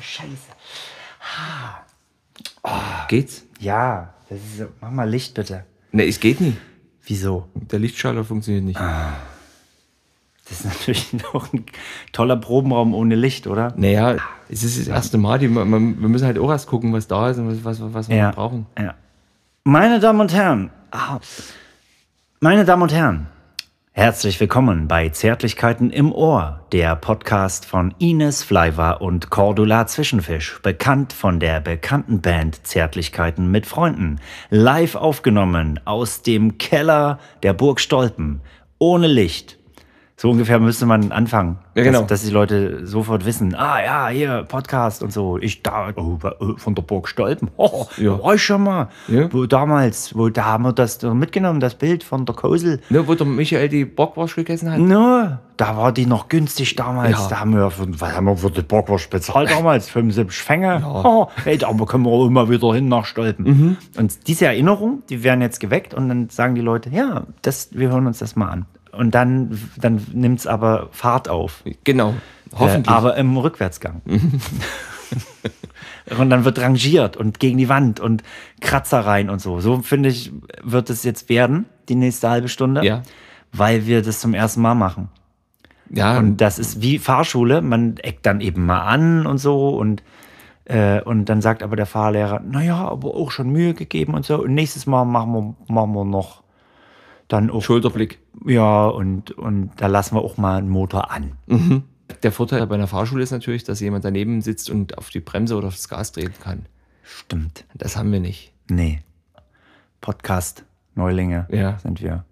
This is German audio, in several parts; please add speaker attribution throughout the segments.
Speaker 1: Scheiße.
Speaker 2: Geht's?
Speaker 1: Ja, das ist, so- mach mal Licht bitte.
Speaker 2: Ne, es geht nicht.
Speaker 1: Wieso?
Speaker 2: Der Lichtschalter funktioniert nicht.
Speaker 1: Ah. Das ist natürlich auch ein toller Probenraum ohne Licht, oder?
Speaker 2: Naja, es ist das erste Mal. Die, man, man, wir müssen halt auch erst gucken, was da ist und was, was, was wir noch brauchen.
Speaker 1: Ja. Meine Damen und Herren, ah, meine Damen und Herren, herzlich willkommen bei Zärtlichkeiten im Ohr, der Podcast von Ines Fleiver und Cordula Zwischenfisch, bekannt von der bekannten Band Zärtlichkeiten mit Freunden, live aufgenommen aus dem Keller der Burg Stolpen, ohne Licht. So ungefähr müsste man anfangen,
Speaker 2: Ja, genau.
Speaker 1: dass, dass die Leute sofort wissen, ah ja, hier, Podcast und so. Ich da, oh, äh, von der Burg Stolpen. Oh,
Speaker 2: Ja.
Speaker 1: ja. war ich schon mal.
Speaker 2: Ja.
Speaker 1: Wo damals, wo da haben wir das doch mitgenommen, das Bild von der Kosel.
Speaker 2: Ne, wo der Michael die Bockwurst gegessen hat?
Speaker 1: No, da war die noch günstig damals.
Speaker 2: Ja.
Speaker 1: Da haben wir, für- was haben wir für die Bockwurst bezahlt damals? 75 Fänge. Oh, hey, da können wir auch immer wieder hin nach Stolpen.
Speaker 2: Mhm.
Speaker 1: Und diese Erinnerung, die werden jetzt geweckt und dann sagen die Leute, ja, das, wir hören uns das mal an. Und dann, dann nimmt es aber Fahrt auf.
Speaker 2: Genau. Hoffentlich.
Speaker 1: Äh, Hm. aber im Rückwärtsgang. und dann wird rangiert und gegen die Wand und Kratzer rein und so. So finde ich, wird es jetzt werden, die nächste halbe Stunde.
Speaker 2: Ja.
Speaker 1: Weil wir das zum ersten Mal machen.
Speaker 2: ja,
Speaker 1: Und das ist wie Fahrschule, man eckt dann eben mal an und so und, äh, und dann sagt aber der Fahrlehrer, naja, aber auch schon Mühe gegeben und so. Und nächstes Mal machen wir, machen wir noch dann auch,
Speaker 2: Schulterblick.
Speaker 1: ja, und, und da lassen wir auch mal einen Motor an.
Speaker 2: Mhm. Der Vorteil bei einer Fahrschule ist natürlich, dass jemand daneben sitzt und auf die Bremse oder aufs Gas treten kann.
Speaker 1: Stimmt.
Speaker 2: Das haben wir nicht.
Speaker 1: Nee. Podcast Neulinge
Speaker 2: Ja.
Speaker 1: sind wir.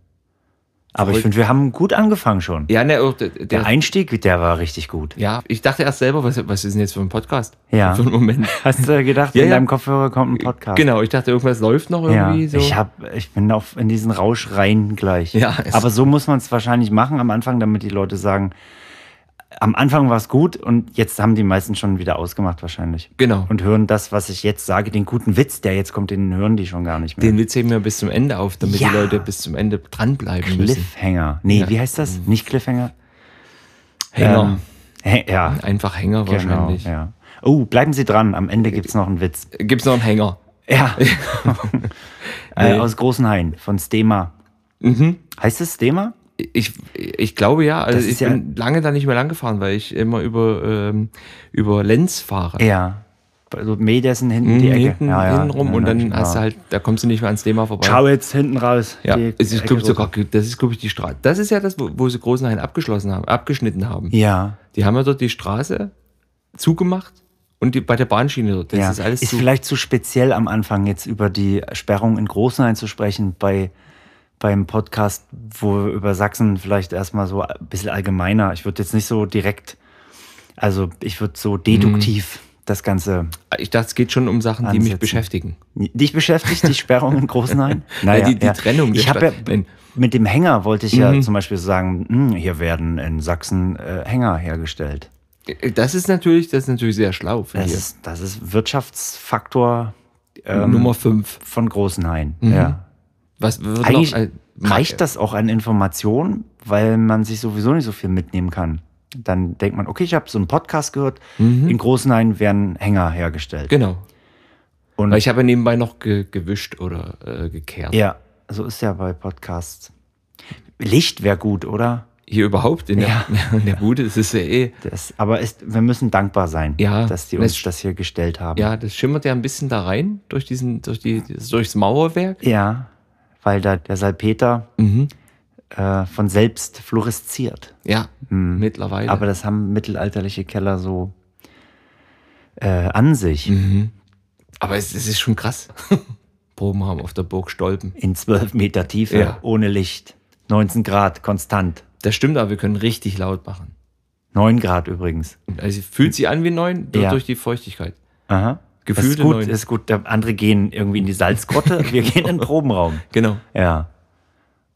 Speaker 1: Aber
Speaker 2: Verrückt.
Speaker 1: ich finde, wir haben gut angefangen schon.
Speaker 2: Ja, ne, auch der,
Speaker 1: Der
Speaker 2: der,
Speaker 1: Einstieg, der war richtig gut.
Speaker 2: ja, ich dachte erst selber, was, was ist denn jetzt für ein Podcast?
Speaker 1: Ja.
Speaker 2: Für einen Moment.
Speaker 1: Hast du gedacht,
Speaker 2: Ja,
Speaker 1: in
Speaker 2: ja.
Speaker 1: deinem Kopfhörer kommt ein Podcast?
Speaker 2: Genau, ich dachte, irgendwas läuft noch
Speaker 1: Ja,
Speaker 2: irgendwie so.
Speaker 1: ich, hab, ich bin auch in diesen Rausch rein gleich.
Speaker 2: Ja, ist-
Speaker 1: Aber so muss man es wahrscheinlich machen am Anfang, damit die Leute sagen, am Anfang war es gut und jetzt haben die meisten schon wieder ausgemacht wahrscheinlich.
Speaker 2: Genau.
Speaker 1: Und hören das, was ich jetzt sage, den guten Witz, der jetzt kommt, den hören die schon gar nicht mehr.
Speaker 2: Den Witz heben wir bis zum Ende auf, damit
Speaker 1: Ja.
Speaker 2: die Leute bis zum Ende dranbleiben müssen.
Speaker 1: Cliffhanger. Nee,
Speaker 2: Ja. Mhm.
Speaker 1: wie heißt das? Nicht Cliffhanger?
Speaker 2: Hänger.
Speaker 1: Ähm, hä- ja,
Speaker 2: Einfach Hänger
Speaker 1: genau.
Speaker 2: Genau. wahrscheinlich.
Speaker 1: Ja. Oh, bleiben Sie dran. Am Ende gibt es noch einen Witz.
Speaker 2: Gibt's noch einen Hänger?
Speaker 1: Ja. äh, aus Großenhain von Stema.
Speaker 2: Mhm.
Speaker 1: Heißt es Stema?
Speaker 2: Ich, ich glaube ja, also
Speaker 1: Das ist
Speaker 2: ich
Speaker 1: ja-
Speaker 2: bin lange da nicht mehr lang gefahren, weil ich immer über, ähm, über Lenz fahre.
Speaker 1: Ja. Also Medessen hinten die
Speaker 2: Mhm,
Speaker 1: Ecke.
Speaker 2: hinten,
Speaker 1: ja, ja.
Speaker 2: hinten rum
Speaker 1: Ja,
Speaker 2: und dann
Speaker 1: ja.
Speaker 2: hast du halt, da kommst du nicht mehr ans Thema vorbei.
Speaker 1: Schau jetzt hinten raus.
Speaker 2: Ja,
Speaker 1: die
Speaker 2: es ist,
Speaker 1: Ecke
Speaker 2: glaube ich,
Speaker 1: so.
Speaker 2: sogar, das ist, glaube ich, die Straße. Das ist ja das, wo, wo sie Großenhain abgeschlossen haben, abgeschnitten haben.
Speaker 1: Ja.
Speaker 2: Die haben ja dort die Straße zugemacht und die, bei der Bahnschiene dort. Das
Speaker 1: ja.
Speaker 2: ist alles zu.
Speaker 1: vielleicht zu speziell am Anfang jetzt über die Sperrung in Großenhain zu sprechen bei beim Podcast, wo wir über Sachsen vielleicht erstmal so ein bisschen allgemeiner. Ich würde jetzt nicht so direkt, also ich würde
Speaker 2: Mhm.
Speaker 1: so deduktiv das Ganze
Speaker 2: Ich dachte, es geht schon um Sachen, die mich
Speaker 1: Ansetzen.
Speaker 2: beschäftigen.
Speaker 1: Dich beschäftigt die Sperrung in Großenhain?
Speaker 2: die- die Trennung der
Speaker 1: Ich habe ja,
Speaker 2: Stadt. Mhm. Nein.
Speaker 1: mit dem Hänger wollte ich ja zum Beispiel sagen, hm, hier werden in Sachsen äh, Hänger hergestellt.
Speaker 2: Äh, Das ist natürlich, das ist natürlich sehr schlau von
Speaker 1: Das
Speaker 2: dir.
Speaker 1: ist, ähm, das ist Wirtschaftsfaktor
Speaker 2: Nummer Mhm. 5.
Speaker 1: von Großenhain. Ja.
Speaker 2: Was wird
Speaker 1: Eigentlich
Speaker 2: noch, äh,
Speaker 1: reicht das auch an Informationen, weil man sich sowieso nicht so viel mitnehmen kann. Dann denkt man, okay, ich habe so einen Podcast gehört,
Speaker 2: Mhm.
Speaker 1: in Großenhain werden Hänger hergestellt.
Speaker 2: Genau.
Speaker 1: Und-
Speaker 2: Weil ich habe ja nebenbei noch ge gewischt oder äh, gekehrt.
Speaker 1: Ja, so ist ja bei Podcasts. Licht wäre gut, oder?
Speaker 2: Hier überhaupt in der, in der Bude, das ist ja eh.
Speaker 1: Das, aber ist, wir müssen dankbar sein,
Speaker 2: Ja,
Speaker 1: dass die
Speaker 2: das
Speaker 1: uns
Speaker 2: sch-
Speaker 1: das hier gestellt haben.
Speaker 2: Ja, das schimmert ja ein bisschen da rein durch diesen, durch die, durchs Mauerwerk.
Speaker 1: Ja, weil da der Salpeter
Speaker 2: Mhm.
Speaker 1: äh, von selbst fluoresziert.
Speaker 2: Ja, mittlerweile.
Speaker 1: Hm. Aber das haben mittelalterliche Keller so äh, an
Speaker 2: Mhm.
Speaker 1: sich.
Speaker 2: Aber es, es ist schon krass. Proben haben auf der Burg Stolpen.
Speaker 1: In 12 Meter Tiefe,
Speaker 2: Ja.
Speaker 1: ohne Licht. 19 Grad, konstant.
Speaker 2: Das stimmt, aber wir können richtig laut machen.
Speaker 1: 9 Grad übrigens.
Speaker 2: Also fühlt sich an wie neun durch,
Speaker 1: Ja.
Speaker 2: durch die Feuchtigkeit.
Speaker 1: Aha. ist
Speaker 2: Gefühlte
Speaker 1: gut,
Speaker 2: neun.
Speaker 1: ist gut. Der- Andere gehen irgendwie in die Salzgrotte, wir gehen in den Probenraum.
Speaker 2: Genau.
Speaker 1: Ja.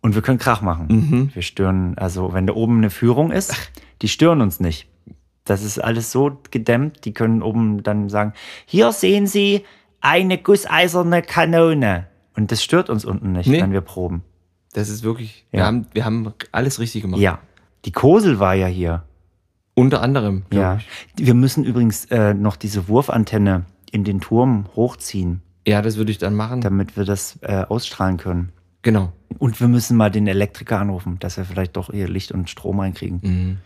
Speaker 1: Und wir können Krach machen.
Speaker 2: Mhm.
Speaker 1: Wir stören, also wenn da oben eine Führung ist, die stören uns nicht. Das ist alles so gedämmt, die können oben dann sagen, hier sehen Sie eine gusseiserne Kanone. Und das stört uns unten nicht,
Speaker 2: Nee.
Speaker 1: wenn wir proben.
Speaker 2: Das ist wirklich, wir,
Speaker 1: Ja.
Speaker 2: haben, wir haben alles richtig gemacht.
Speaker 1: Ja. Die Kosel war ja hier.
Speaker 2: Unter anderem. glaub
Speaker 1: Ja.
Speaker 2: ich.
Speaker 1: Wir müssen übrigens äh, noch diese Wurfantenne in den Turm hochziehen,
Speaker 2: ja, das würde ich dann machen.
Speaker 1: damit wir das äh, ausstrahlen können.
Speaker 2: genau.
Speaker 1: Und wir müssen mal den Elektriker anrufen, dass wir vielleicht doch ihr Licht und Strom reinkriegen.
Speaker 2: Mhm.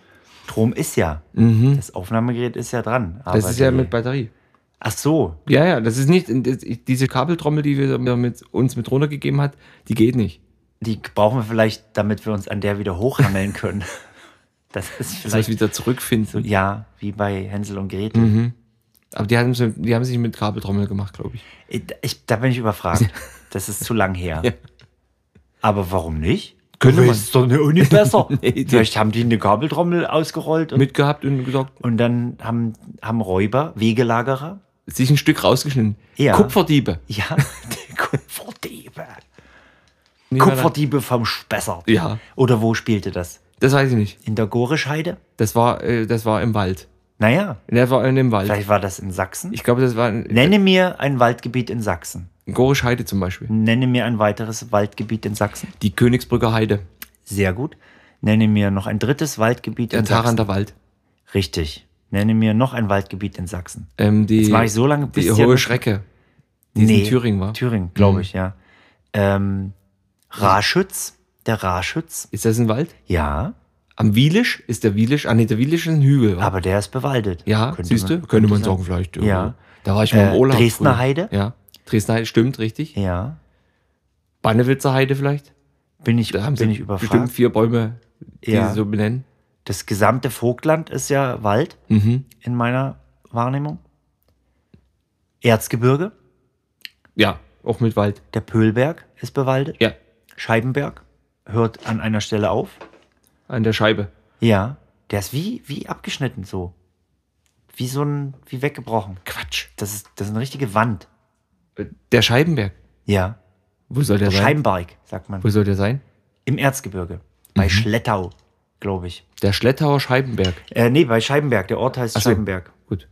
Speaker 1: Strom ist ja.
Speaker 2: Mhm.
Speaker 1: Das Aufnahmegerät ist ja dran. aber
Speaker 2: Das ist ja
Speaker 1: die-
Speaker 2: mit Batterie.
Speaker 1: Ach so.
Speaker 2: Ja, ja, das ist nicht, das, diese Kabeltrommel, die wir mit, uns mit runtergegeben hat, die geht nicht.
Speaker 1: Die brauchen wir vielleicht, damit wir uns an der wieder hochhammeln können. Das ist
Speaker 2: Dass wir es
Speaker 1: vielleicht.
Speaker 2: wieder zurückfinden.
Speaker 1: Ja, wie bei Hänsel und Gretel.
Speaker 2: Mhm. Aber die haben, es mit- die haben sich mit Kabeltrommel gemacht, glaube ich.
Speaker 1: Ich- Ich, da bin ich überfragt. Das ist zu lang her.
Speaker 2: Ja.
Speaker 1: Aber warum nicht?
Speaker 2: Könnte man.
Speaker 1: ist doch eine Uni besser.
Speaker 2: Nee, die-
Speaker 1: Vielleicht haben die eine Gabeltrommel ausgerollt und,
Speaker 2: Mitgehabt und gesagt,
Speaker 1: und dann haben, haben Räuber, Wegelagerer.
Speaker 2: sich ein Stück rausgeschnitten.
Speaker 1: Ja.
Speaker 2: Kupferdiebe.
Speaker 1: Ja, die Kupferdiebe.
Speaker 2: Nee,
Speaker 1: Kupferdiebe vom Spessart.
Speaker 2: Ja.
Speaker 1: Oder wo spielte das?
Speaker 2: Das weiß ich nicht.
Speaker 1: In der Gorescheide?
Speaker 2: Das war, äh, das war im Wald.
Speaker 1: Naja,
Speaker 2: Der war in dem Wald.
Speaker 1: vielleicht war das in Sachsen.
Speaker 2: Ich glaube, das war in
Speaker 1: Nenne mir ein Waldgebiet in Sachsen.
Speaker 2: Gorisch Heide zum Beispiel.
Speaker 1: Nenne mir ein weiteres Waldgebiet in Sachsen.
Speaker 2: Die Königsbrücker Heide.
Speaker 1: Sehr gut. Nenne mir noch ein drittes Waldgebiet
Speaker 2: Der
Speaker 1: in Sachsen.
Speaker 2: Tarander Wald.
Speaker 1: Richtig. Nenne mir noch ein Waldgebiet in Sachsen.
Speaker 2: Ähm, die,
Speaker 1: Jetzt mach ich so lange, bis
Speaker 2: die
Speaker 1: dir
Speaker 2: hohe
Speaker 1: noch-
Speaker 2: Schrecke. Die ist in Thüringen war.
Speaker 1: Thüringen, glaube
Speaker 2: Mhm.
Speaker 1: ich, ja. Ähm, Raschütz, der Raschütz,
Speaker 2: Ist das ein Wald?
Speaker 1: ja,
Speaker 2: Am Wielisch ist der Wielisch. Ah, nee, der Wielisch ist ein Hügel. wa?
Speaker 1: aber der ist bewaldet.
Speaker 2: ja,
Speaker 1: Könnte
Speaker 2: siehst du?
Speaker 1: man-
Speaker 2: Könnte man sagen, vielleicht.
Speaker 1: Ja.
Speaker 2: Da war ich mal
Speaker 1: Äh,
Speaker 2: im Urlaub.
Speaker 1: Dresdner
Speaker 2: früher.
Speaker 1: Heide?
Speaker 2: Ja. Dresdner Heide, stimmt, richtig.
Speaker 1: Ja,
Speaker 2: Bannewitzer Heide vielleicht.
Speaker 1: bin ich,
Speaker 2: Da haben
Speaker 1: bin
Speaker 2: sie
Speaker 1: ich
Speaker 2: bestimmt
Speaker 1: überfragt.
Speaker 2: vier Bäume, die
Speaker 1: Ja.
Speaker 2: sie so benennen.
Speaker 1: Das gesamte Vogtland ist ja Wald
Speaker 2: Mhm.
Speaker 1: in meiner Wahrnehmung. Erzgebirge,
Speaker 2: Ja, auch mit Wald.
Speaker 1: der Pöhlberg ist bewaldet.
Speaker 2: Ja,
Speaker 1: Scheibenberg hört an einer Stelle auf.
Speaker 2: an der Scheibe.
Speaker 1: Ja, der ist wie, wie abgeschnitten so. Wie so ein, wie weggebrochen.
Speaker 2: Quatsch.
Speaker 1: Das ist, das ist eine richtige Wand.
Speaker 2: Der Scheibenberg.
Speaker 1: Ja.
Speaker 2: Wo soll der,
Speaker 1: Der
Speaker 2: sein?
Speaker 1: Scheibenberg, sagt man.
Speaker 2: Wo soll der sein?
Speaker 1: Im Erzgebirge. Bei Schlettau, glaube ich.
Speaker 2: Der Schlettauer Scheibenberg.
Speaker 1: Äh, nee, bei Scheibenberg. Der Ort heißt
Speaker 2: Ach so.
Speaker 1: Scheibenberg.
Speaker 2: Gut.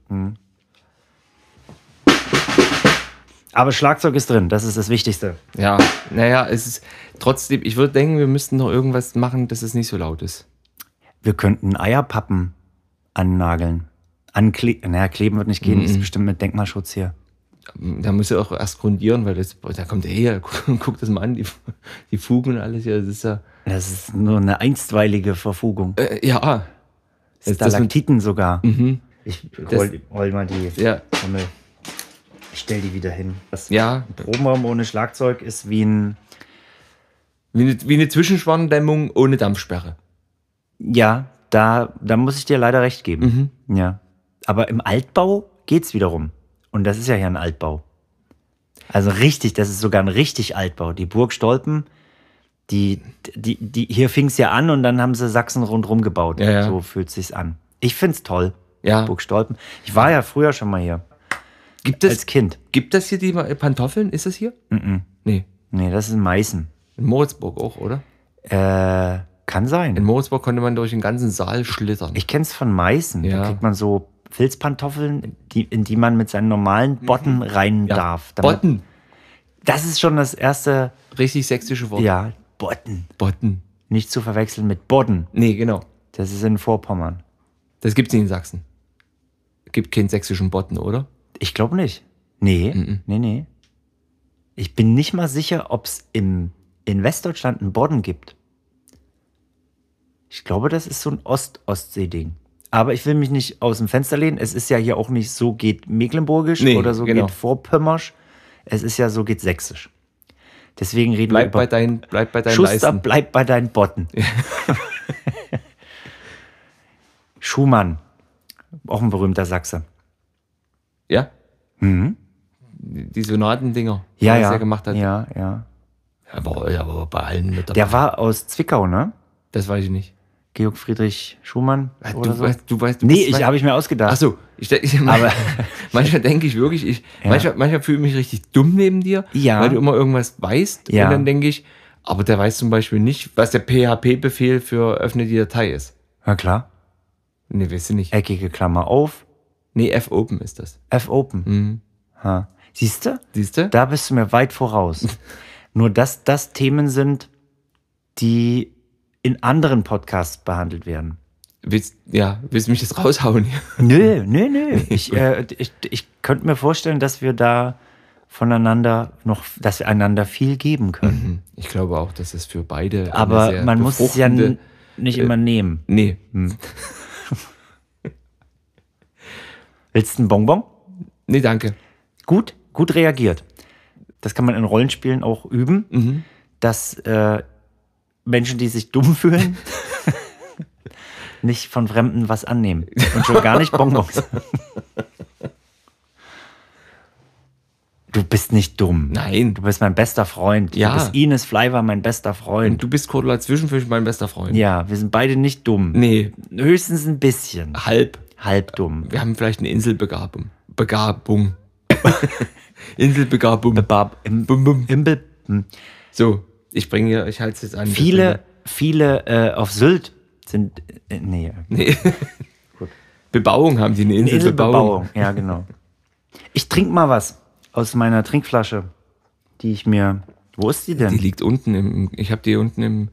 Speaker 1: Aber Schlagzeug ist drin, das ist das Wichtigste.
Speaker 2: Ja, naja, es ist trotzdem, ich würde denken, wir müssten noch irgendwas machen, dass es nicht so laut ist.
Speaker 1: Wir könnten Eierpappen annageln. Ankleben. Naja, kleben wird nicht gehen, ist bestimmt mit Denkmalschutz hier.
Speaker 2: Da muss ja auch erst grundieren, weil das, boah, da kommt er her, guck, guck das mal an, die, die Fugen und alles hier, das ist ja.
Speaker 1: Das ist nur eine einstweilige Verfugung.
Speaker 2: Äh, ja. Jetzt das mit,
Speaker 1: Stalaktiten
Speaker 2: Mhm.
Speaker 1: sogar. Ich hol,
Speaker 2: Das-
Speaker 1: hol mal die
Speaker 2: ja,
Speaker 1: Trommel. Ich stell die wieder hin. Das
Speaker 2: ja.
Speaker 1: Probenraum ohne Schlagzeug ist wie ein.
Speaker 2: Wie eine, wie eine Zwischenschwannendämmung ohne Dampfsperre.
Speaker 1: Ja, da, da muss ich dir leider recht geben.
Speaker 2: Mhm.
Speaker 1: Ja. Aber im Altbau geht's wiederum. Und das ist ja hier ein Altbau. Also richtig, das ist sogar ein richtig Altbau. Die Burg Stolpen, die, die, die, hier fing's ja an und dann haben sie Sachsen rundherum gebaut.
Speaker 2: Ja, ja.
Speaker 1: So fühlt sich's an. Ich find's toll.
Speaker 2: Ja.
Speaker 1: Burg Stolpen. Ich war ja früher schon mal hier.
Speaker 2: Gibt das,
Speaker 1: Als Kind.
Speaker 2: gibt das hier die Pantoffeln? Ist das hier?
Speaker 1: Mhm.
Speaker 2: Nee.
Speaker 1: Nee, das ist in Meißen.
Speaker 2: In Moritzburg auch, oder?
Speaker 1: Äh, kann sein.
Speaker 2: In Moritzburg konnte man durch den ganzen Saal schlittern.
Speaker 1: Ich kenn's von Meißen. Da
Speaker 2: Ja.
Speaker 1: kriegt man so Filzpantoffeln, die, in die man mit seinen normalen Botten rein
Speaker 2: Mhm. Ja.
Speaker 1: darf. damit-
Speaker 2: Botten.
Speaker 1: Das ist schon das erste.
Speaker 2: Richtig sächsische Wort.
Speaker 1: Ja, Botten.
Speaker 2: Botten.
Speaker 1: Nicht zu verwechseln mit Bodden.
Speaker 2: Nee, genau.
Speaker 1: Das ist in Vorpommern.
Speaker 2: Das gibt's nicht in Sachsen. Gibt keinen sächsischen Botten, oder?
Speaker 1: Ich glaube nicht. Nee, nee, nee. Ich bin nicht mal sicher, ob es in Westdeutschland einen Bodden gibt. Ich glaube, das ist so ein Ost-Ostsee-Ding. Aber ich will mich nicht aus dem Fenster lehnen. Es ist ja hier auch nicht so geht Mecklenburgisch
Speaker 2: Nee,
Speaker 1: oder so
Speaker 2: genau.
Speaker 1: geht Vorpömmersch. Es ist ja so geht Sächsisch. Deswegen reden
Speaker 2: Bleib
Speaker 1: wir
Speaker 2: bei
Speaker 1: über
Speaker 2: deinen, bleib bei deinen
Speaker 1: Schuster,
Speaker 2: Leisten.
Speaker 1: bleib bei deinen Botten. Schumann, auch ein berühmter Sachse.
Speaker 2: Ja? Die Sonatendinger, die
Speaker 1: Mhm. Ja,
Speaker 2: er
Speaker 1: ja.
Speaker 2: ja gemacht hat.
Speaker 1: Ja, ja.
Speaker 2: Er war, er war bei allen mit dabei.
Speaker 1: Der war aus Zwickau, ne?
Speaker 2: das weiß ich nicht. Äh,
Speaker 1: Georg Friedrich Schumann
Speaker 2: Du,
Speaker 1: oder so?
Speaker 2: weißt, du weißt, du
Speaker 1: nee,
Speaker 2: bist-
Speaker 1: ich habe ich mir ausgedacht.
Speaker 2: Ach so, ich, denk- ich,
Speaker 1: Aber-
Speaker 2: manchmal denke ich wirklich, ich, manchmal, manchmal fühle ich mich richtig dumm neben dir,
Speaker 1: Ja.
Speaker 2: weil du immer irgendwas weißt.
Speaker 1: Ja.
Speaker 2: Und dann denke ich, aber der weiß zum Beispiel nicht, was der PHP-Befehl für öffne die Datei ist.
Speaker 1: Na klar.
Speaker 2: Nee, weißt du nicht.
Speaker 1: Eckige Klammer auf,
Speaker 2: Nee, F-Open ist das.
Speaker 1: F open.
Speaker 2: Mhm.
Speaker 1: Ha. Siehst du?
Speaker 2: Siehst du?
Speaker 1: Da bist du mir weit voraus. Nur dass das Themen sind, die in anderen Podcasts behandelt werden.
Speaker 2: Willst, ja, willst du mich jetzt raushauen?
Speaker 1: Nö, nö, nö. Ich, äh, ich, ich könnte mir vorstellen, dass wir da voneinander noch, dass wir einander viel geben können.
Speaker 2: Mhm. Ich glaube auch, dass es für beide. eine
Speaker 1: Aber
Speaker 2: sehr
Speaker 1: man muss es ja
Speaker 2: befruchtende- äh,
Speaker 1: n- nicht immer nehmen.
Speaker 2: Nee,
Speaker 1: Willst du einen Bonbon?
Speaker 2: nee, danke.
Speaker 1: Gut, gut reagiert. Das kann man in Rollenspielen auch üben,
Speaker 2: Mhm.
Speaker 1: dass äh, Menschen, die sich dumm fühlen, nicht von Fremden was annehmen. Und schon gar nicht Bonbons. Du bist nicht dumm.
Speaker 2: Nein.
Speaker 1: Du bist mein bester Freund.
Speaker 2: Ja.
Speaker 1: Du bist Ines Fleiver, mein bester Freund.
Speaker 2: Du bist Cordula zwischendurch mein bester Freund.
Speaker 1: Ja, wir sind beide nicht dumm.
Speaker 2: Nee,
Speaker 1: Höchstens ein bisschen.
Speaker 2: halb.
Speaker 1: Halb dumm.
Speaker 2: Wir haben vielleicht eine Inselbegabung. Begabung. Inselbegabung.
Speaker 1: Bab, im,
Speaker 2: Bum, bum.
Speaker 1: Imbel, hm.
Speaker 2: So, ich bringe hier, ich halte es jetzt an.
Speaker 1: Viele, viele äh, auf Sylt sind. Äh, nee,
Speaker 2: Nee. Bebauung haben die, eine Inselbebauung.
Speaker 1: Inselbebauung. Ja, genau. Ich trinke mal was aus meiner Trinkflasche, die ich mir. Wo ist die
Speaker 2: Die
Speaker 1: denn?
Speaker 2: liegt unten im, ich habe die unten im,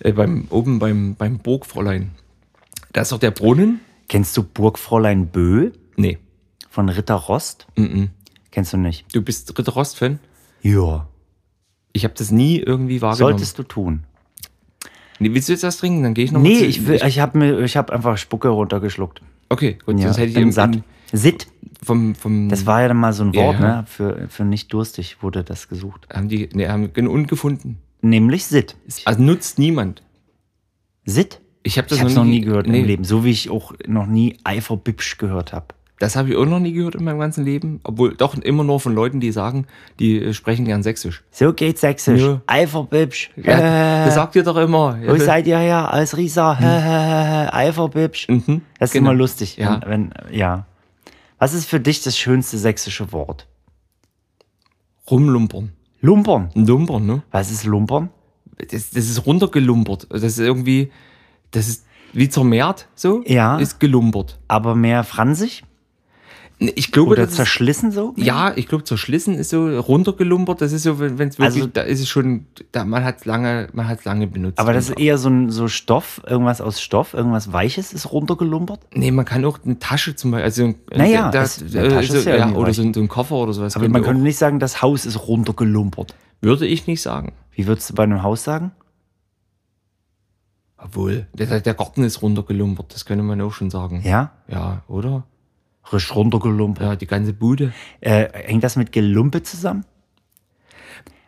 Speaker 2: äh, beim, oben beim, beim Burgfräulein. Da ist doch der Brunnen?
Speaker 1: Kennst du Burgfräulein Bö
Speaker 2: Nee.
Speaker 1: von Ritter Rost?
Speaker 2: Mhm.
Speaker 1: Kennst du nicht?
Speaker 2: Du bist Ritter Rost-Fan?
Speaker 1: Ja.
Speaker 2: Ich habe das nie irgendwie wahrgenommen.
Speaker 1: Solltest du tun.
Speaker 2: Nee, willst du jetzt das trinken? Dann gehe ich noch mal
Speaker 1: Nee,
Speaker 2: zu-
Speaker 1: ich, will- ich habe mir, ich habe einfach Spucke runtergeschluckt.
Speaker 2: Okay, gut,
Speaker 1: Ja,
Speaker 2: sonst hätte ich
Speaker 1: bin
Speaker 2: eben
Speaker 1: satt. Sitt.
Speaker 2: Vom, vom,
Speaker 1: Das war ja dann mal so ein
Speaker 2: Ja,
Speaker 1: Wort,
Speaker 2: ja.
Speaker 1: ne? Für, für nicht durstig wurde das gesucht.
Speaker 2: haben die, nee, haben gen- ungefunden.
Speaker 1: Nämlich Sitt.
Speaker 2: Also nutzt niemand.
Speaker 1: Sitt?
Speaker 2: Ich habe das
Speaker 1: Ich habe es noch nie gehört
Speaker 2: nee,
Speaker 1: im Leben, so wie ich auch noch nie Eifer Bibsch gehört habe.
Speaker 2: Das habe ich auch noch nie gehört in meinem ganzen Leben. Obwohl, doch immer nur von Leuten, die sagen, die äh, sprechen gern Sächsisch.
Speaker 1: So geht's sächsisch.
Speaker 2: Ja.
Speaker 1: Eifer Bibsch.
Speaker 2: Ja,
Speaker 1: Äh,
Speaker 2: das sagt ihr doch immer.
Speaker 1: wo seid ihr her? Aus Riesa. Hä, hä, hä, hä. Eifer Bibsch.
Speaker 2: Hm. Mhm,
Speaker 1: Das ist
Speaker 2: genau.
Speaker 1: immer lustig.
Speaker 2: Ja.
Speaker 1: Wenn, wenn, ja. Was ist für dich das schönste sächsische Wort?
Speaker 2: Rumlumpern.
Speaker 1: Lumpern.
Speaker 2: Lumpern, ne?
Speaker 1: Was ist Lumpern?
Speaker 2: Das, das ist runtergelumpert. Das ist irgendwie, das ist wie zermehrt, so.
Speaker 1: Ja.
Speaker 2: Ist gelumpert.
Speaker 1: Aber mehr fransig?
Speaker 2: Nee, Ich glaube,
Speaker 1: Oder
Speaker 2: Oh, das ist,
Speaker 1: zerschlissen so?
Speaker 2: ja, ich glaube, zerschlissen ist so runtergelumpert. Das ist so, wenn es wirklich,
Speaker 1: Also-
Speaker 2: da ist es schon, da, man hat lange, man hat lange benutzt.
Speaker 1: Aber das ist eher so ein so Stoff, irgendwas aus Stoff, irgendwas Weiches ist runtergelumpert.
Speaker 2: Nee, man kann auch eine Tasche zum Beispiel, also ein-
Speaker 1: Naja,
Speaker 2: da-
Speaker 1: es- eine
Speaker 2: äh,
Speaker 1: Tasche
Speaker 2: so,
Speaker 1: ist ja
Speaker 2: ja,
Speaker 1: irgendwie
Speaker 2: oder
Speaker 1: weich.
Speaker 2: so ein, so ein Koffer oder sowas.
Speaker 1: Aber
Speaker 2: könnte
Speaker 1: man
Speaker 2: auch-
Speaker 1: könnte nicht sagen, das Haus ist runtergelumpert.
Speaker 2: würde ich nicht sagen.
Speaker 1: Wie würdest du bei einem Haus sagen?
Speaker 2: Obwohl, der, der Garten ist runtergelumpert, das könnte man auch schon sagen.
Speaker 1: Ja?
Speaker 2: Ja, oder?
Speaker 1: Risch runtergelumpert.
Speaker 2: Ja, die ganze Bude.
Speaker 1: Äh, hängt das mit Gelumpe zusammen?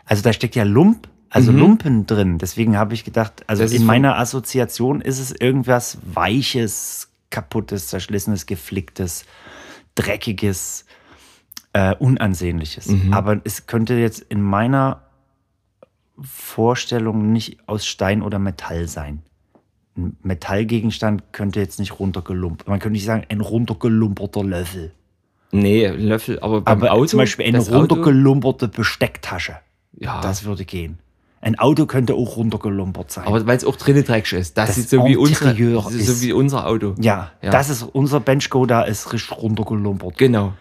Speaker 1: Also da steckt ja Lump, also Lumpen drin. Deswegen habe ich gedacht, also
Speaker 2: Mhm. Das ist
Speaker 1: in
Speaker 2: vom-
Speaker 1: meiner Assoziation ist es irgendwas Weiches, Kaputtes, Zerschlissenes, Geflicktes, Dreckiges, äh, Unansehnliches.
Speaker 2: Mhm.
Speaker 1: Aber es könnte jetzt in meiner Vorstellung nicht aus Stein oder Metall sein. Ein Metallgegenstand könnte jetzt nicht runtergelumpert. Man könnte nicht sagen, ein runtergelumperter Löffel.
Speaker 2: Nee, Löffel, aber beim
Speaker 1: Aber
Speaker 2: Auto.
Speaker 1: zum Beispiel eine
Speaker 2: das Auto- Ah.
Speaker 1: runtergelumperte Bestecktasche.
Speaker 2: Ja,
Speaker 1: Das würde gehen. Ein Auto könnte auch runtergelumpert sein.
Speaker 2: aber weil es auch drinnen dreckig ist. Das,
Speaker 1: Das
Speaker 2: sieht so wie, unsere,
Speaker 1: Interieur
Speaker 2: so
Speaker 1: ist-
Speaker 2: wie unser Auto.
Speaker 1: ja,
Speaker 2: Ja.
Speaker 1: das ist unser Benchgo, da ist richtig runtergelumpert.
Speaker 2: Genau.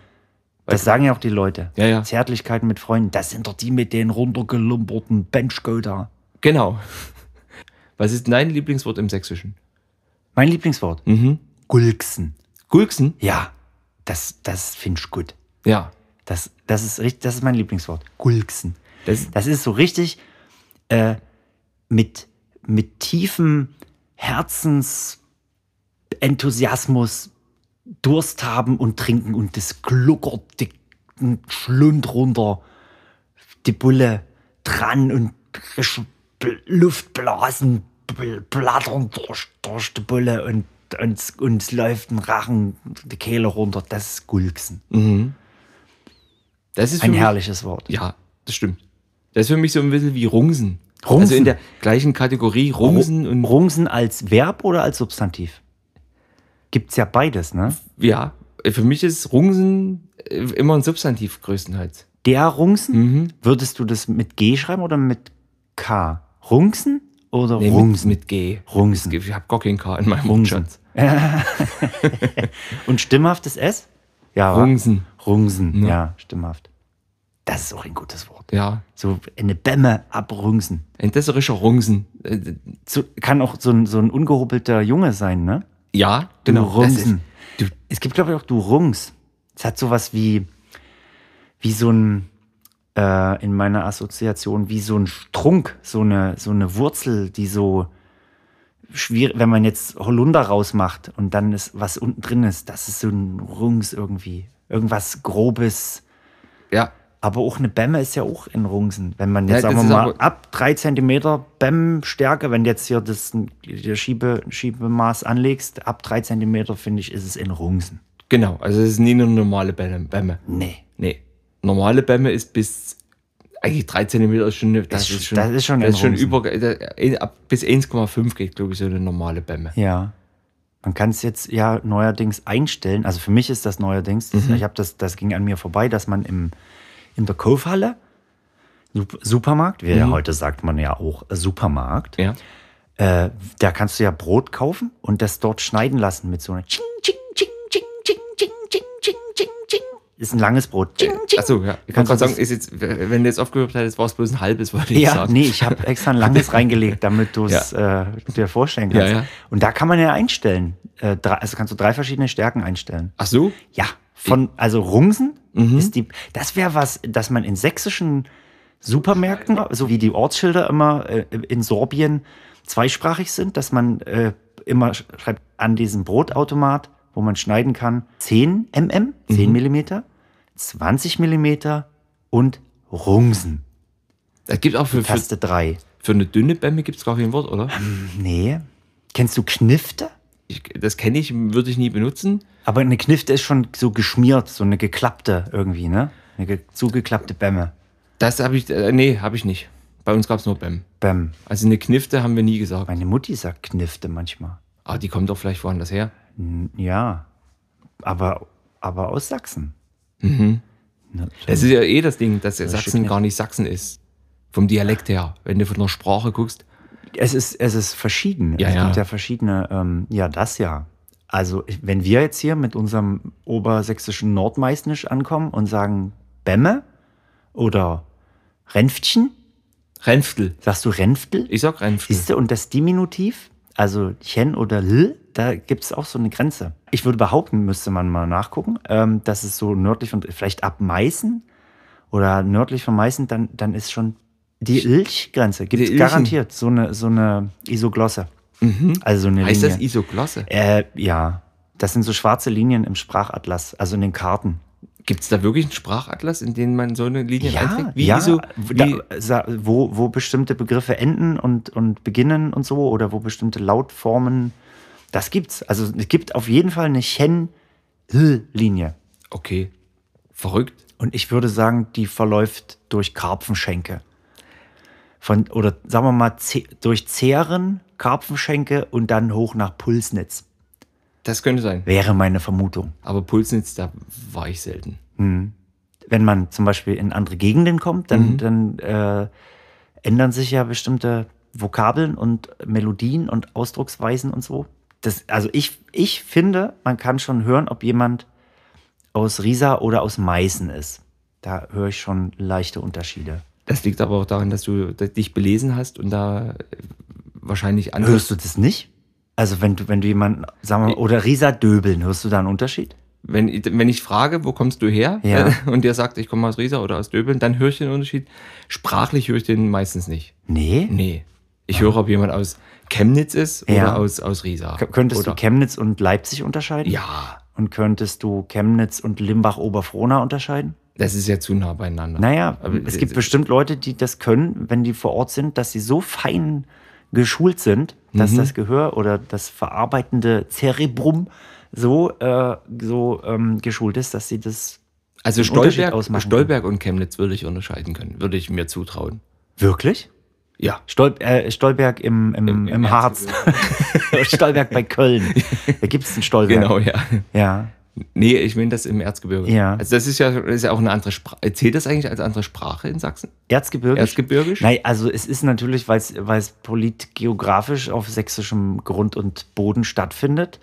Speaker 1: das sagen ja auch die Leute.
Speaker 2: Ja, ja.
Speaker 1: Zärtlichkeiten mit Freunden, das sind doch die mit den runtergelumperten Benchgo da.
Speaker 2: Genau. Was ist dein Lieblingswort im Sächsischen?
Speaker 1: Mein Lieblingswort,
Speaker 2: Mhm.
Speaker 1: Gulksen.
Speaker 2: Gulksen?
Speaker 1: Ja, das, das finde ich gut.
Speaker 2: Ja.
Speaker 1: Das, das, ist, richtig- das ist mein Lieblingswort, Gulksen.
Speaker 2: Das,
Speaker 1: Das ist so richtig äh, mit, mit tiefem Herzensenthusiasmus Durst haben und trinken und das gluckert den Schlund runter, die Bulle dran und frische Bl- Luftblasen bl- blattern durch, durch die Bulle und uns, uns läuft ein Rachen die Kehle runter. Das ist Gulksen.
Speaker 2: mhm. das ist für
Speaker 1: Ein
Speaker 2: mich,
Speaker 1: herrliches Wort.
Speaker 2: Ja, das stimmt. Das ist für mich so ein bisschen wie Rungsen.
Speaker 1: Rungsen?
Speaker 2: Also in der gleichen Kategorie Rungsen und
Speaker 1: Rumsen als Verb oder als Substantiv? Gibt's ja beides, ne?
Speaker 2: ja, für mich ist Rungsen äh, immer ein Substantiv größtenteils.
Speaker 1: Der Rungsen,
Speaker 2: Mhm.
Speaker 1: würdest du das mit G schreiben oder mit K? Rungsen oder
Speaker 2: Nee,
Speaker 1: Rungsen?
Speaker 2: Mit, mit G.
Speaker 1: Rungsen.
Speaker 2: Ich habe gar kein K in meinem
Speaker 1: Rungsen.
Speaker 2: Wortschatz.
Speaker 1: Und stimmhaftes S? Ja, wa?
Speaker 2: Rungsen.
Speaker 1: Rungsen, ja. stimmhaft. Das ist auch ein gutes Wort.
Speaker 2: Ja.
Speaker 1: So eine Bämme abrungsen.
Speaker 2: Ein desserischer Rungsen. Äh,
Speaker 1: So, kann auch so ein, so ein ungehobelter Junge sein, ne?
Speaker 2: Ja,
Speaker 1: Du
Speaker 2: genau. Das ist,
Speaker 1: Rumsen. es gibt, glaube ich, auch Du Rungs. Es hat sowas wie, wie so ein, äh, in meiner Assoziation, wie so ein Strunk, so eine, so eine Wurzel, die so schwierig, wenn man jetzt Holunder rausmacht und dann ist, was unten drin ist, das ist so ein Rungs irgendwie. Irgendwas Grobes.
Speaker 2: ja,
Speaker 1: Aber auch eine Bämme ist ja auch in Rungsen. Wenn man jetzt,
Speaker 2: Ja, das
Speaker 1: sagen wir
Speaker 2: ist
Speaker 1: mal,
Speaker 2: auch-
Speaker 1: ab drei Zentimeter Bämmstärke, wenn du jetzt hier das der Schiebe, Schiebemaß anlegst, ab drei Zentimeter, finde ich, ist es in Rungsen.
Speaker 2: genau. Also es ist nie eine normale Bämme. Bämme.
Speaker 1: Nee.
Speaker 2: Nee. Normale Bämme ist bis eigentlich 3 cm ist schon, eine- das
Speaker 1: Ist-
Speaker 2: ist schon,
Speaker 1: das ist schon
Speaker 2: das ist schon
Speaker 1: ein Rumsen.
Speaker 2: über, äh, da- ab- bis 1,5 geht, glaube ich, so eine normale Bämme.
Speaker 1: Ja. Man kann es jetzt ja neuerdings einstellen. Also für mich ist das neuerdings,
Speaker 2: Mhm.
Speaker 1: das, ich habe das, das ging an mir vorbei, dass man im, in der Kaufhalle, Sup- Supermarkt, wie ja
Speaker 2: Mhm.
Speaker 1: heute sagt man ja auch Supermarkt,
Speaker 2: Ja.
Speaker 1: äh, da kannst du ja Brot kaufen und das dort schneiden lassen mit so einer Ching, Ching, Ching, Ching, Ching, Ching, Ching, Ching, Ching, Ching. Ist ein langes Brot. Äh, also, Ching, Ching.
Speaker 2: Achso, ja. Ich kann gerade sagen, ist jetzt, wenn du jetzt aufgehört hättest, war es bloß ein halbes, wollte ich
Speaker 1: Ja,
Speaker 2: sagen.
Speaker 1: nee, ich habe extra ein langes reingelegt, damit du es äh, dir vorstellen kannst.
Speaker 2: Ja, ja.
Speaker 1: Und da kann man ja einstellen. Äh, drei, also kannst du drei verschiedene Stärken einstellen.
Speaker 2: Ach so?
Speaker 1: Ja, von, also Rungsen ist die, das wäre was, dass man in sächsischen Supermärkten, so wie die Ortsschilder immer äh, in Sorbien zweisprachig sind, dass man äh, immer sch- schreibt an diesem Brotautomat, wo man schneiden kann, 10 mm, 10 Millimeter, 20 Millimeter und Rungsen,
Speaker 2: Das gibt auch für, für,
Speaker 1: Taste 3.
Speaker 2: für eine dünne Bämme gibt es gar kein Wort, oder?
Speaker 1: Ähm. Nee. Kennst du Knifte?
Speaker 2: Ich, das kenne ich, würde ich nie benutzen.
Speaker 1: Aber eine Knifte ist schon so geschmiert, so eine geklappte irgendwie, ne? Eine ge zugeklappte Bämme.
Speaker 2: Das habe ich, äh, nee, habe ich nicht. Bei uns gab es nur Bäm.
Speaker 1: Bäm.
Speaker 2: Also eine Knifte haben wir nie gesagt.
Speaker 1: Meine Mutti sagt Knifte manchmal.
Speaker 2: Ah, die kommt doch vielleicht woanders her.
Speaker 1: N- Ja, aber, aber aus Sachsen. Mhm.
Speaker 2: Das ist ja eh das Ding, dass Sachsen
Speaker 1: Schick, ne?
Speaker 2: gar nicht Sachsen ist. Vom Dialekt her. Wenn du von der Sprache guckst.
Speaker 1: es, ist, es ist verschieden.
Speaker 2: Ja,
Speaker 1: es
Speaker 2: ja.
Speaker 1: gibt ja verschiedene, ähm, ja, das ja. Also, ich- wenn wir jetzt hier mit unserem obersächsischen Nordmeißnisch ankommen und sagen Bämme oder Renftchen,
Speaker 2: Renftel.
Speaker 1: sagst du Renftel?
Speaker 2: Ich sag Renftel.
Speaker 1: Siehst du, und das Diminutiv, also Chen oder L, da gibt es auch so eine Grenze. Ich würde behaupten, müsste man mal nachgucken, ähm, dass es so nördlich von, vielleicht ab Meißen oder nördlich von Meißen, dann, dann ist schon die Ilch-Grenze. Gibt
Speaker 2: Die
Speaker 1: es
Speaker 2: Ilchen.
Speaker 1: garantiert so eine, so eine Isoglosse. Also so eine
Speaker 2: Mhm. heißt das
Speaker 1: Linie.
Speaker 2: Isoglosse?
Speaker 1: äh, ja, das sind so schwarze Linien im Sprachatlas, also in den Karten.
Speaker 2: Gibt es da wirklich einen Sprachatlas, in den man so eine Linie einträgt? Wie
Speaker 1: ja,
Speaker 2: Iso,
Speaker 1: wo-
Speaker 2: wie,
Speaker 1: da, sa- wo, wo bestimmte Begriffe enden und, und beginnen und so oder wo bestimmte Lautformen, das gibt's. Also es gibt auf jeden Fall eine Chen-Linie.
Speaker 2: okay. Verrückt.
Speaker 1: Und ich würde sagen, die verläuft durch Karpfenschenke. Von, oder sagen wir mal, Ze durch Zehren, Karpfenschenke und dann hoch nach Pulsnitz.
Speaker 2: Das könnte sein.
Speaker 1: Wäre meine Vermutung.
Speaker 2: Aber Pulsnitz, da war ich selten.
Speaker 1: wenn man zum Beispiel in andere Gegenden kommt,
Speaker 2: Mhm.
Speaker 1: dann, dann äh, ändern sich ja bestimmte Vokabeln und Melodien und Ausdrucksweisen und so. Das, also ich, ich finde, man kann schon hören, ob jemand aus Riesa oder aus Meißen ist. Da höre ich schon leichte Unterschiede.
Speaker 2: Das liegt aber auch daran, dass du dich belesen hast und da äh, wahrscheinlich andere.
Speaker 1: Hörst du das nicht? Also wenn du, wenn du jemanden, sagen wir mal, oder Riesa Döbeln, hörst du da einen Unterschied?
Speaker 2: Wenn, ich- wenn ich frage, wo kommst du her?
Speaker 1: Ja.
Speaker 2: äh, Und der sagt, ich komme aus Riesa oder aus Döbeln, dann höre ich den Unterschied. Sprachlich höre ich den meistens nicht.
Speaker 1: Nee.
Speaker 2: Nee. Ich höre, ob jemand aus Chemnitz ist oder
Speaker 1: Ah. Ja.
Speaker 2: aus, aus Riesa.
Speaker 1: K- Könntest
Speaker 2: oder,
Speaker 1: du Chemnitz und Leipzig unterscheiden?
Speaker 2: Ja,
Speaker 1: Und könntest du Chemnitz und Limbach-Oberfrohna unterscheiden?
Speaker 2: das ist ja zu nah beieinander.
Speaker 1: Naja,
Speaker 2: Aber
Speaker 1: es
Speaker 2: d-
Speaker 1: gibt
Speaker 2: d-
Speaker 1: bestimmt Leute, die das können, wenn die vor Ort sind, dass sie so fein geschult sind, dass das Gehör oder das verarbeitende Zerebrum so, äh, so ähm, geschult ist, dass sie das
Speaker 2: Also
Speaker 1: Unterschied
Speaker 2: Stolberg,
Speaker 1: ausmachen
Speaker 2: Stolberg und Chemnitz würde ich unterscheiden können, würde ich mir zutrauen.
Speaker 1: wirklich.
Speaker 2: Ja.
Speaker 1: Stol äh, Stolberg im, im, im,
Speaker 2: im
Speaker 1: Harz. Stolberg bei Köln. Da gibt es einen Stolberg.
Speaker 2: Genau, ja.
Speaker 1: Ja.
Speaker 2: Nee, ich meine das im Erzgebirge.
Speaker 1: Ja.
Speaker 2: Also das ist ja, das ist ja auch eine andere Sprache. Zählt das eigentlich als andere Sprache in Sachsen?
Speaker 1: Erzgebirgisch?
Speaker 2: Erzgebirgisch?
Speaker 1: Nein, also es ist natürlich, weil es weil es politgeografisch auf sächsischem Grund und Boden stattfindet,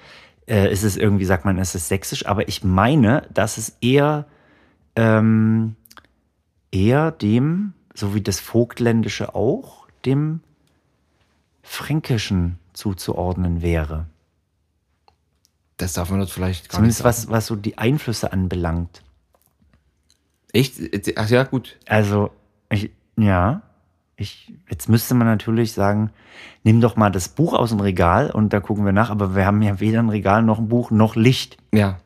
Speaker 1: äh, ist es irgendwie, sagt man, es ist sächsisch, aber ich meine, dass es eher, ähm, eher dem, so wie das Vogtländische auch, dem Fränkischen zuzuordnen wäre.
Speaker 2: das darf man dort vielleicht gar
Speaker 1: Zumindest
Speaker 2: nicht
Speaker 1: was, was so die Einflüsse anbelangt.
Speaker 2: sagen. Echt? Äh, Ach ja, gut.
Speaker 1: Also, ich, ja, ich, jetzt müsste man natürlich sagen, nimm doch mal das Buch aus dem Regal und da gucken wir nach, aber wir haben ja weder ein Regal noch ein Buch noch Licht.
Speaker 2: Ja,